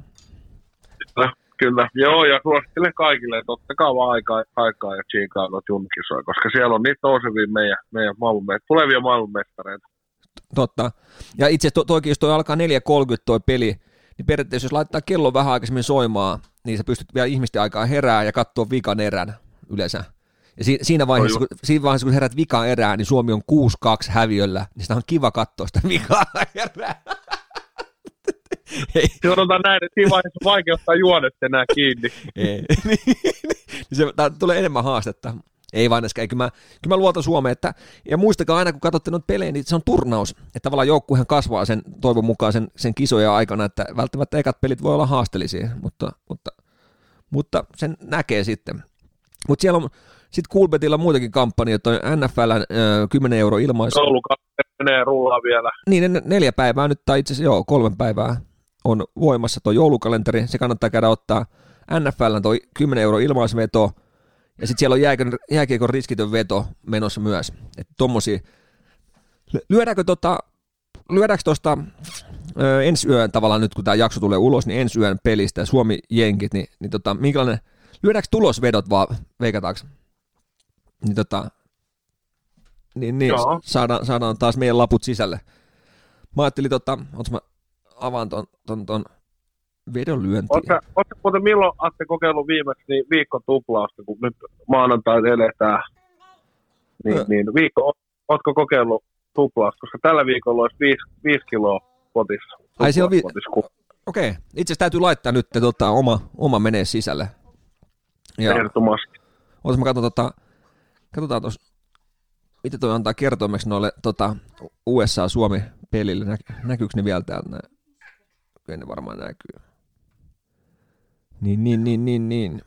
Speaker 4: Kyllä, kyllä. Joo, ja suosittelen kaikille, että ottakaa vaan aikaa, aikaa ja tsiikaa noita junnukisoja, koska siellä on niitä nousevia meidän, meidän maailmanmestareita, tulevia maailmanmestareita.
Speaker 3: Totta. Ja itse asiassa to, toikin, jos toi alkaa 4.30 toi peli, niin periaatteessa jos laittaa kello vähän aikaisemmin soimaan, niin sä pystyt vielä ihmisten aikaa herää ja katsoa vikan erän yleensä. Ja si, siinä, vaiheessa, kun, siinä vaiheessa, kun herät vikan erään, niin Suomi on 6-2 häviöllä, niin sitä on kiva katsoa sitä vikaa erää. Ei,
Speaker 4: Sanotaan no, tota näin, että siinä vaiheessa vaikeuttaa juonet enää kiinni.
Speaker 3: ei. Niin se, tää tulee enemmän haastetta. Ei vain äsken, kyllä mä, kyllä mä luotan Suomeen, että, ja muistakaa aina kun katsotte noita pelejä, niin se on turnaus, että tavallaan joukkuehan kasvaa sen toivon mukaan sen, sen kisojen aikana, että välttämättä ekat pelit voi olla haasteellisia, mutta, mutta, mutta sen näkee sitten. Mutta siellä on sitten Coolbetilla muitakin kampanjoita, on NFL ö, 10 euro ilmais,
Speaker 4: Joulukausi menee rullaa vielä.
Speaker 3: niin ne neljä päivää nyt, tai itse asiassa joo, kolme päivää on voimassa tuo joulukalenteri, se kannattaa käydä ottaa. NFL on tuo 10 euro ilmaisveto, ja sitten siellä on jääkiekon, jääkiekon riskitön veto menossa myös. Että tommosia. Ly- Lyödäänkö tota, lyödäänkö tuosta ensi yön tavallaan nyt, kun tämä jakso tulee ulos, niin ensi yön pelistä Suomi-jenkit, niin, niin tota, minkälainen, lyödäänkö tulosvedot vaan, veikataanko? Niin tota, niin, niin
Speaker 4: Joo.
Speaker 3: saadaan, saadaan taas meidän laput sisälle. Mä ajattelin, tota, onks mä avaan ton, ton, ton vedonlyönti.
Speaker 4: Oletko oletko muuten milloin, Atte, kokeillut viimeksi niin viikko tuplausta, kun nyt maanantaina eletään? Niin,
Speaker 3: Ö.
Speaker 4: niin viikko, oletko kokeillut tuplausta, koska tällä viikolla olisi viisi, viisi kiloa potissa.
Speaker 3: Ai, se on vi-
Speaker 4: Tuplauspotissa, kun
Speaker 3: Okei, itse asiassa täytyy laittaa nyt tota, oma, oma menee sisälle. Ja
Speaker 4: Ehdottomasti.
Speaker 3: ootas mä katson tota, katsotaan tos, mitä toi antaa kertoimeksi noille tota, USA-Suomi-pelille, Nä, näkyykö ne vielä täältä näin? Kyllä ne varmaan näkyy. Niin, niin, niin, niin, niin.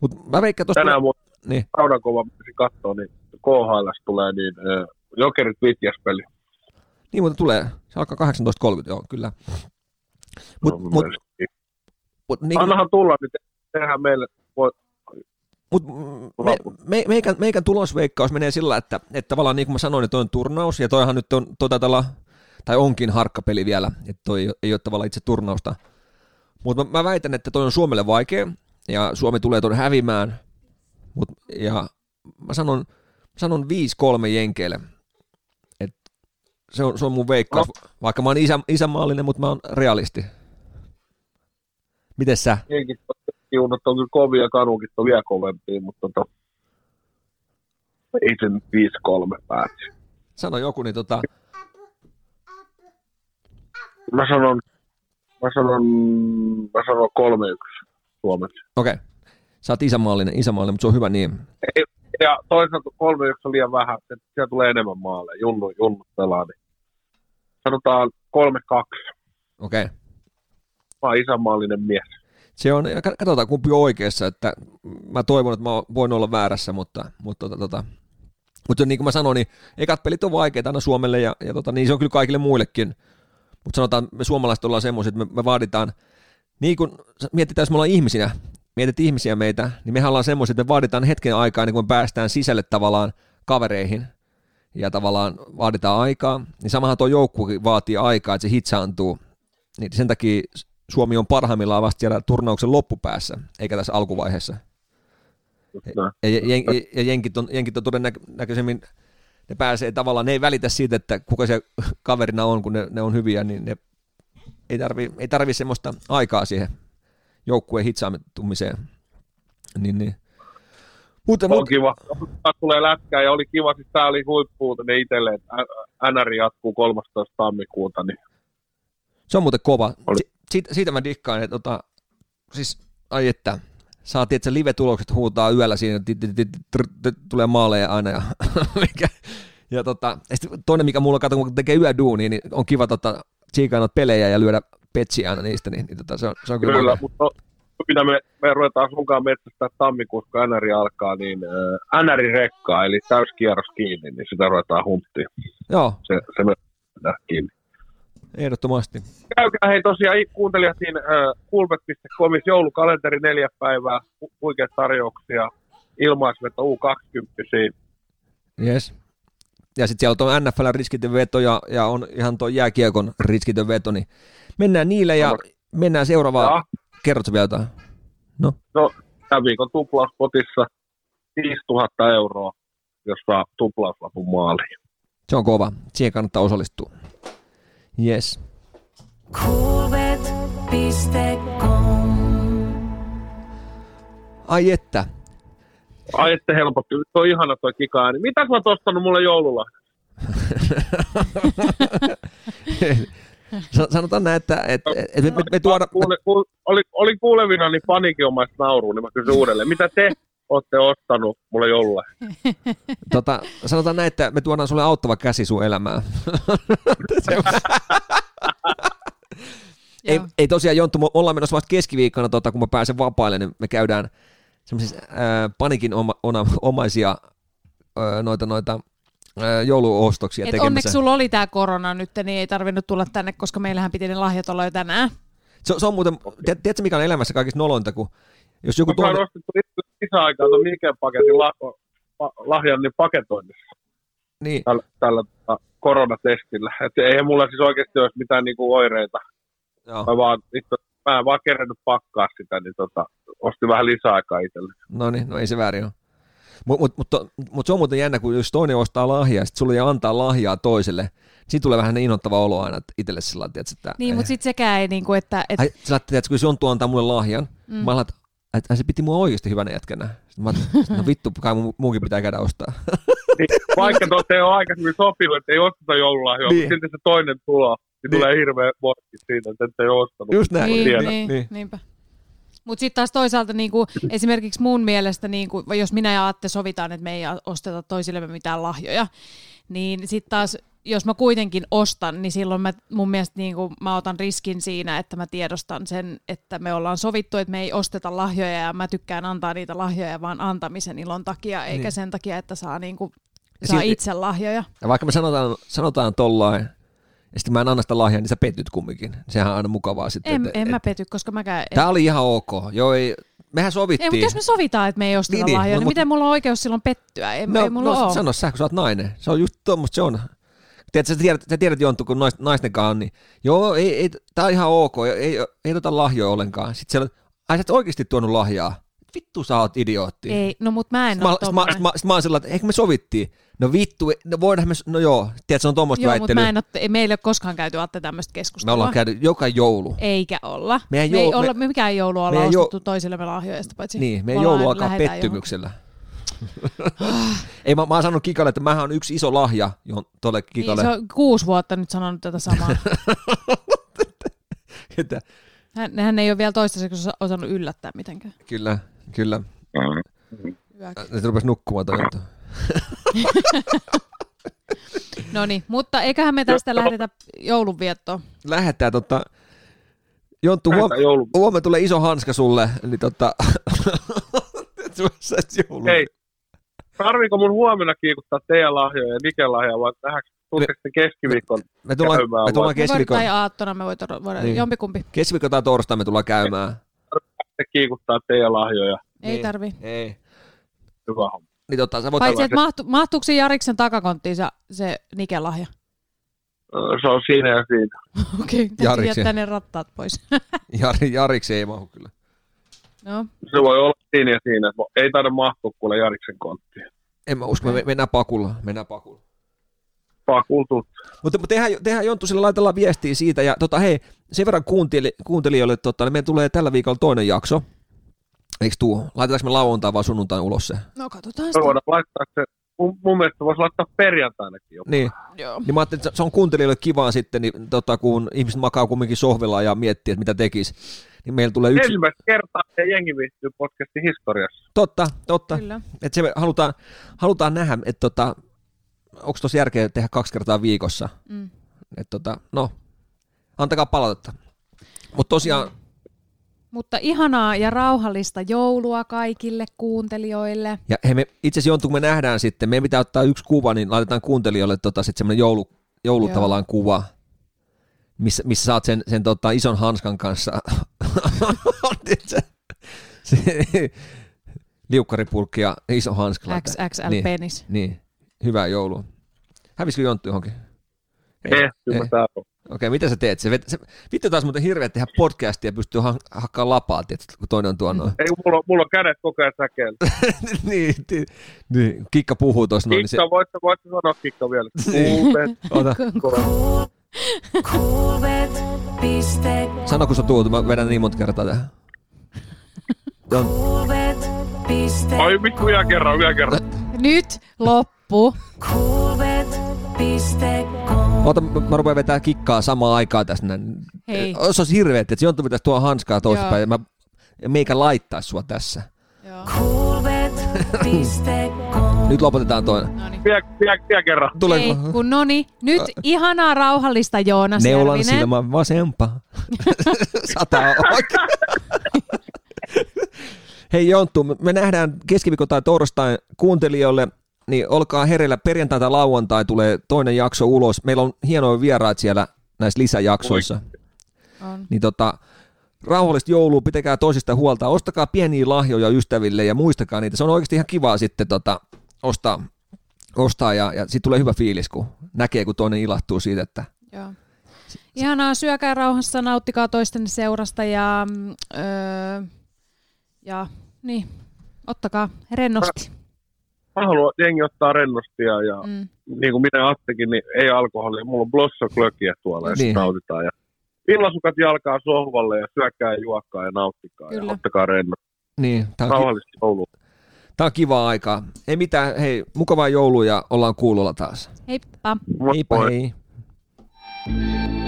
Speaker 3: Mut mä veikkaan tosta...
Speaker 4: Tänään mun
Speaker 3: Niin.
Speaker 4: Raudankova pitäisi katsoa, niin KHL tulee niin ö, Jokerit Vitjas peli.
Speaker 3: Niin muuten tulee. Se alkaa 18.30, joo, kyllä. Mut, mut, mut, niin,
Speaker 4: Annahan tulla, niin te- tehdään meille. Voi,
Speaker 3: mut, me, me, meikän, meikän tulosveikkaus menee sillä, että, että tavallaan niin kuin mä sanoin, että toi on turnaus, ja toihan nyt on, toi taitaa olla, tai onkin harkkapeli vielä, että toi ei, oo- ei ole tavallaan itse turnausta. Mutta mä, mä, väitän, että toi on Suomelle vaikea, ja Suomi tulee ton hävimään, mut, ja mä sanon, mä sanon 5-3 jenkeille. Et se, on, se on mun veikkaus, vaikka mä oon isä, isänmaallinen, mutta mä oon realisti. Miten sä?
Speaker 4: jenkit kiunat on kyllä kovia, kanunkit on vielä kovempia, mutta tota, ei se nyt 5-3 pääty.
Speaker 3: Sano joku, niin tota,
Speaker 4: Mä sanon, mä sanon, mä sanon 3-1 Suomessa.
Speaker 3: Okei. Sä oot isämaallinen, isämaallinen, mutta se on hyvä niin.
Speaker 4: Ja toisaalta 3-1 on liian vähän, se, siellä tulee enemmän maaleja, junnu, junnu pelaa, niin sanotaan 3-2.
Speaker 3: Okei.
Speaker 4: Mä oon isänmaallinen mies.
Speaker 3: Se on, ja kat- katsotaan kumpi on oikeassa, että mä toivon, että mä o- voin olla väärässä, mutta, mutta, tota, tota, mutta niin kuin mä sanoin, niin ekat pelit on vaikeita aina Suomelle ja, ja tota, niin se on kyllä kaikille muillekin. Mutta sanotaan, me suomalaiset ollaan semmoisia, että me, me vaaditaan, niin kuin sä- mietitään, jos me ollaan ihmisinä, mietit ihmisiä meitä, niin mehän ollaan semmoisia, että me vaaditaan hetken aikaa, niin kun me päästään sisälle tavallaan kavereihin ja tavallaan vaaditaan aikaa, niin samahan tuo joukkue vaatii aikaa, että se hitsaantuu. Niin sen takia Suomi on parhaimmillaan vasta siellä turnauksen loppupäässä, eikä tässä alkuvaiheessa.
Speaker 4: Näin.
Speaker 3: Ja, ja, jen- ja- ja jenkit, on, jenkit on todennäköisemmin, ne pääsee tavallaan, ne ei välitä siitä, että kuka se kaverina on, kun ne, ne on hyviä, niin ne ei tarvi, ei tarvi semmoista aikaa siihen joukkueen hitsaamitumiseen. Niin, niin. Mutta,
Speaker 4: On
Speaker 3: mutta
Speaker 4: kiva. Tää tulee lätkää ja oli kiva, siis tää oli huippuutinen itselleen, että ä- NR jatkuu 13. tammikuuta, niin
Speaker 3: se on muuten kova.
Speaker 4: Oli.
Speaker 3: Si, siitä, siitä mä dikkaan, että tota, siis, ai että, saatiin, että se live-tulokset huutaa yöllä siinä, ti- ti- ti- tr- tr- tulee maaleja aina ja mikä, ja tota, ja sit toinen, mikä mulla kato, kun tekee yöduunia, niin on kiva tota, tsiikaa noita pelejä ja lyödä petsiä aina niistä, niin, niin tota, se, on, se on kyllä,
Speaker 4: Kyllä,
Speaker 3: mahtavaa.
Speaker 4: mutta mitä me, me ruvetaan sunkaan metsästää tammikuussa, kun NR alkaa, niin äh, NR-rekkaa, eli täyskierros kiinni, niin sitä ruvetaan humptiin.
Speaker 3: Joo,
Speaker 4: Se, se me nähdään kiinni.
Speaker 3: ehdottomasti.
Speaker 4: Käykää hei tosiaan i- kuuntelijat niin äh, kulpet.comis joulukalenteri neljä päivää, hu- huikeat tarjouksia, ilmaisveto U20.
Speaker 3: Yes. Ja sitten siellä on tuo NFL riskitön veto ja, ja on ihan tuo jääkiekon riskitön veto, niin mennään niille ja mennään seuraavaan.
Speaker 4: Ja.
Speaker 3: Kerrotko vielä jotain? No.
Speaker 4: No, tämän viikon tuplauspotissa 5000 euroa, jos saa tuplauslapun maaliin.
Speaker 3: Se on kova. Siihen kannattaa osallistua. Yes.
Speaker 5: Coolbet.com
Speaker 3: Ai että.
Speaker 4: Ai, ette helpotti. Se on ihana toi kikaääni. Mitä sä oot ostanut mulle joululla?
Speaker 3: Sa- Sanotaan näin, että et, et, et me, me, me tuoda... Me,
Speaker 4: No, Kuule, kuul, oli, oli kuulevina niin panikinomaista naurua, niin mä kysyin uudelleen. Mitä te olette ostanut mulle jolle?
Speaker 3: tota, sanotaan näin, että me tuodaan sulle auttava käsi sun elämään. ei,
Speaker 2: Joo.
Speaker 3: ei tosiaan Jonttu, me ollaan menossa vasta keskiviikkona, tota, kun mä pääsen vapaille, niin me käydään äh, semmoisissa panikin oma, ona, omaisia ö, noita, noita ää, jouluostoksia
Speaker 2: Et
Speaker 3: tekemässä.
Speaker 2: onneksi sulla oli tämä korona nyt, niin ei tarvinnut tulla tänne, koska meillähän piti ne lahjat olla jo tänään.
Speaker 3: Se, se on muuten, tiedät- tiedätkö mikä on elämässä kaikista nolointa, kun jos joku
Speaker 4: Mä oon
Speaker 3: tuonne,
Speaker 4: ostettu itse lisäaikaa tuon Miken paketin la, pa, lahjan niin paketoinnissa
Speaker 3: niin,
Speaker 4: tällä, tällä tota, koronatestillä. Et ei mulla siis oikeasti olisi mitään niinku oireita.
Speaker 3: joo,
Speaker 4: Mä, vaan, itse, mä en vaan kerennyt pakkaa sitä, niin tota, ostin vähän lisäaikaa itselle.
Speaker 3: no niin, no ei se väärin ole. Mutta mut, mut, to- mut se on muuten jännä, kun jos toinen ostaa lahjaa, sitten sulle ei antaa lahjaa toiselle, siitä tulee vähän niin innoittava olo aina että itselle sillä lailla, tiedätkö, että...
Speaker 2: Niin,
Speaker 3: eh.
Speaker 2: mutta sitten sekään ei, niinku, että et,
Speaker 3: Ai, sä ajattelet, että kun jos Jonttu antaa mulle lahjan, mm. mä alat, että ai, se piti mua oikeasti hyvänä jätkänä. Sitten mä ajattelin, no vittu, kai mun, munkin pitää käydä ostaa.
Speaker 4: Niin, vaikka tuossa ei ole aikaisemmin sopinut, että ei osteta joululahjoa,
Speaker 3: Niin.
Speaker 4: niin. mutta silti se toinen tulo, niin,
Speaker 3: Niin.
Speaker 4: tulee hirveä voitti siitä, että et ei ole ostanut.
Speaker 3: Just näin.
Speaker 2: niin,
Speaker 4: tiedä.
Speaker 2: niin,
Speaker 3: Niin.
Speaker 2: niin. niinpä. Mutta sitten taas toisaalta niinku, esimerkiksi mun mielestä, niinku, jos minä ja Atte sovitaan, että me ei osteta toisillemme mitään lahjoja, niin sitten taas jos mä kuitenkin ostan, niin silloin mä, mun mielestä niinku, mä otan riskin siinä, että mä tiedostan sen, että me ollaan sovittu, että me ei osteta lahjoja ja mä tykkään antaa niitä lahjoja vaan antamisen ilon takia, eikä
Speaker 3: Niin.
Speaker 2: niin. sen takia, että saa, niinku,
Speaker 3: Ja
Speaker 2: saa
Speaker 3: silti-
Speaker 2: itse lahjoja.
Speaker 3: Ja vaikka me sanotaan, sanotaan tollain, ja sitten mä en anna sitä lahjaa, niin sä petyt kumminkin. Sehän on aina mukavaa sitten.
Speaker 2: En,
Speaker 3: että-
Speaker 2: en mä
Speaker 3: että-
Speaker 2: pety, koska mäkään en
Speaker 3: Tää oli ihan ok. Joo, ei, mehän sovittiin.
Speaker 2: Ei, mutta jos me sovitaan, että me ei osteta
Speaker 3: Niin,
Speaker 2: niin,
Speaker 3: niin,
Speaker 2: lahjoja, niin,
Speaker 3: mut-
Speaker 2: miten mulla on oikeus silloin pettyä? Ei, no, ei mulla
Speaker 3: no,
Speaker 2: no, ole.
Speaker 3: sano sä, kun sä oot nainen. Se on just tuommoista, se on. Tiedätkö, sä tiedät, sä tiedät Jonttu, kun nais, naisten kanssa on, niin joo, ei, ei, tää on ihan ok, ei, ei, ei tota lahjoja ollenkaan. Sitten siellä, ai sä et oikeasti tuonut lahjaa. Vittu sä oot idiootti.
Speaker 2: ei, no mut mä en
Speaker 3: Sitten mä,
Speaker 2: ole
Speaker 3: sit mä, sit
Speaker 2: tommonen.
Speaker 3: mä, sit mä oon sillä, että eikö me sovittiin? No vittu, no voidaan me, s- no joo, tiedät, se on tuommoista
Speaker 2: Joo, mutta
Speaker 3: väittelyä.
Speaker 2: mä en ole, meillä ei ole koskaan käyty Atte tämmöistä keskustelua.
Speaker 3: Me ollaan käyty joka joulu.
Speaker 2: Eikä olla.
Speaker 3: Meidän
Speaker 2: me ei
Speaker 3: joulu-
Speaker 2: olla, me, mikään joulu olla
Speaker 3: meidän jou-
Speaker 2: ostettu toisillemme lahjoista, paitsi
Speaker 3: Niin, meidän
Speaker 2: ollaan-
Speaker 3: joulu alkaa
Speaker 2: lähdetään
Speaker 3: pettymyksellä. Ei, mä, mä oon sanonut Kikalle, että mähän on yksi iso lahja johon tuolle
Speaker 2: Johonkin.
Speaker 3: Kikalle.
Speaker 2: Niin, se on kuusi vuotta nyt sanonut tätä samaa.
Speaker 3: että,
Speaker 2: Hän, hän ei ole vielä toistaiseksi osa- osannut yllättää mitenkään.
Speaker 3: kyllä, kyllä.
Speaker 4: Mm.
Speaker 2: Hyvä.
Speaker 3: Nyt niin rupesi nukkumaan toi juttu.
Speaker 2: No niin, mutta eiköhän me tästä lähdetä joulunviettoon.
Speaker 3: Lähetään tota... Jonttu, huom...
Speaker 4: Lähdetään joulu-
Speaker 3: huomenna tulee iso hanska sulle, eli tota... Sä et joulu.
Speaker 4: Hei, tarviiko mun huomenna kiikuttaa teidän lahjoja ja Niken lahjoja, vai tähän tuutteko te keskiviikkona?
Speaker 3: Me tullaan,
Speaker 4: käymään
Speaker 3: me tullaan
Speaker 2: Me voidaan,
Speaker 3: keskiviikon,
Speaker 2: tai aattona me voidaan, voidaan
Speaker 3: Niin.
Speaker 2: niin. jompikumpi.
Speaker 3: keskiviikko tai torstai me tullaan käymään.
Speaker 4: Te kiikuttaa teidän lahjoja.
Speaker 2: Ei
Speaker 3: Niin.
Speaker 2: tarvii.
Speaker 3: Ei.
Speaker 4: Hyvä homma.
Speaker 3: Niin tota, sä voit
Speaker 2: Paitsi, että
Speaker 4: se-
Speaker 2: mahtu, mahtuuko se Jariksen takakonttiin se, se Nike-lahja?
Speaker 4: Ö, Se on siinä ja siinä.
Speaker 2: Okei, täytyy
Speaker 3: Jariksen.
Speaker 2: jättää ne rattaat pois.
Speaker 3: Jari, Jariksi ei mahu kyllä.
Speaker 2: no,
Speaker 4: Se voi olla siinä ja siinä. Ei taida mahtua kuule Jariksen konttiin.
Speaker 3: En mä usko, me mennään pakulla, mennään pakulla.
Speaker 4: Pakultu.
Speaker 3: Mutta mutta tehdään, tehdään Jonttu, sillä laitellaan viestiä siitä. Ja tota, hei, sen verran kuunteli, kuuntelijoille, että tota, niin meillä tulee tällä viikolla toinen jakso. Eikö tuu? Laitetaanko me lauantai vai sunnuntain ulos se?
Speaker 2: no katsotaan
Speaker 3: niin.
Speaker 4: Me
Speaker 2: sitä.
Speaker 4: voidaan laittaa se. Mun, mun mielestä voisi laittaa perjantainakin jo.
Speaker 3: Niin.
Speaker 2: Joo.
Speaker 3: Niin mä ajattelin, että se on kuuntelijoille kivaa sitten, niin, tota, kun ihmiset makaa kumminkin sohvilla ja miettii, että mitä tekisi. Niin meillä tulee yksi...
Speaker 4: Ensimmäistä kertaa se jengi viihtyy podcastin historiassa.
Speaker 3: Totta, totta.
Speaker 2: Kyllä.
Speaker 3: Että se me halutaan, halutaan nähdä, että tota, onko tuossa järkeä tehdä kaksi kertaa viikossa.
Speaker 2: Mm.
Speaker 3: Et tota, no, antakaa palautetta. Mutta tosiaan,
Speaker 2: Mutta ihanaa ja rauhallista joulua kaikille kuuntelijoille.
Speaker 3: ja hei me, itse asiassa Jonttu, kun me nähdään sitten, meidän pitää ottaa yksi kuva, niin laitetaan kuuntelijoille tota, sitten semmoinen joulu, joulu
Speaker 2: Joo.
Speaker 3: tavallaan kuva, missä, missä saat sen, sen tota, ison hanskan kanssa. Tiedätkö? Se- Liukkaripulkki ja iso hanska.
Speaker 2: XXL
Speaker 3: Niin.
Speaker 2: penis.
Speaker 3: Niin, hyvää joulua. Hävisikö Jonttu johonkin?
Speaker 4: Eh, kyllä mä täällä on.
Speaker 3: Okei, mitä sä teet? Se, vet- se, vittu taas muuten hirveä tehdä podcastia ja pystyy ha- hakkaa lapaa, tiedätkö, kun toinen on tuolla noin.
Speaker 4: Ei, mulla, on- mulla on kädet koko ajan säkeellä.
Speaker 3: niin, ti- niin, Kikka puhuu tuossa noin, niin se,
Speaker 4: Kikka, voit, voit sanoa Kikka vielä.
Speaker 3: Niin.
Speaker 4: Kuulet.
Speaker 3: ota,
Speaker 5: Kuulvet, piste,
Speaker 3: sano kun sä tuut, mä vedän niin monta kertaa tähän. Jon,
Speaker 5: kuulvet, piste,
Speaker 4: Ai vittu, vielä kerran, vielä kerran.
Speaker 2: Nyt loppu.
Speaker 5: kuulvet, piste, com.
Speaker 3: ota, mä, mä rupean vetää kikkaa samaan aikaan tässä näin.
Speaker 2: Hei.
Speaker 3: Eh, Se olisi hirveä, että Jonttu pitäisi tuoda hanskaa toisinpäin
Speaker 2: Joo.
Speaker 3: ja mä ja meikä laittaa sua tässä.
Speaker 2: Joo.
Speaker 5: Kuulvet, piste, com.
Speaker 3: Nyt lopetetaan toinen.
Speaker 2: Noniin.
Speaker 4: Vielä, vielä, vielä kerran.
Speaker 2: No niin. Ei, kun noni. Nyt ihanaa rauhallista Joonas
Speaker 3: Neulan
Speaker 2: Järvinen.
Speaker 3: silmä vasempaa. Sataa oikein. Hei Jonttu, me nähdään keskiviikko tai torstain kuuntelijoille. niin olkaa hereillä. Perjantai tai lauantai tulee toinen jakso ulos. Meillä on hienoja vieraat siellä näissä lisäjaksoissa.
Speaker 2: On.
Speaker 3: Niin tota, rauhallista joulua, pitäkää toisista huolta. Ostakaa pieniä lahjoja ystäville ja muistakaa niitä. Se on oikeasti ihan kivaa sitten tota, ostaa, ostaa ja, ja sitten tulee hyvä fiilis, kun näkee, kun toinen ilahtuu siitä, että
Speaker 2: Joo. Ihanaa, syökää rauhassa, nauttikaa toisten seurasta ja, mm, öö, ja niin, ottakaa rennosti.
Speaker 4: Mä haluan, että jengi ottaa rennosti ja, ja
Speaker 2: Mm.
Speaker 4: niin kuin minä Attekin, niin ei alkoholia. Mulla on blossoklökiä tuolla ja
Speaker 3: Niin.
Speaker 4: niin. nautitaan. Ja illasukat jalkaa sohvalle ja syökää ja juokkaa ja nauttikaa
Speaker 2: Kyllä.
Speaker 4: ja ottakaa rennosti.
Speaker 3: niin, tämä on, ki-
Speaker 4: Rauhallista joulua.
Speaker 3: tää on kivaa aikaa. Ei mitään, hei, mukavaa joulua ja ollaan kuulolla taas.
Speaker 2: Heippa!
Speaker 3: Heippa hei.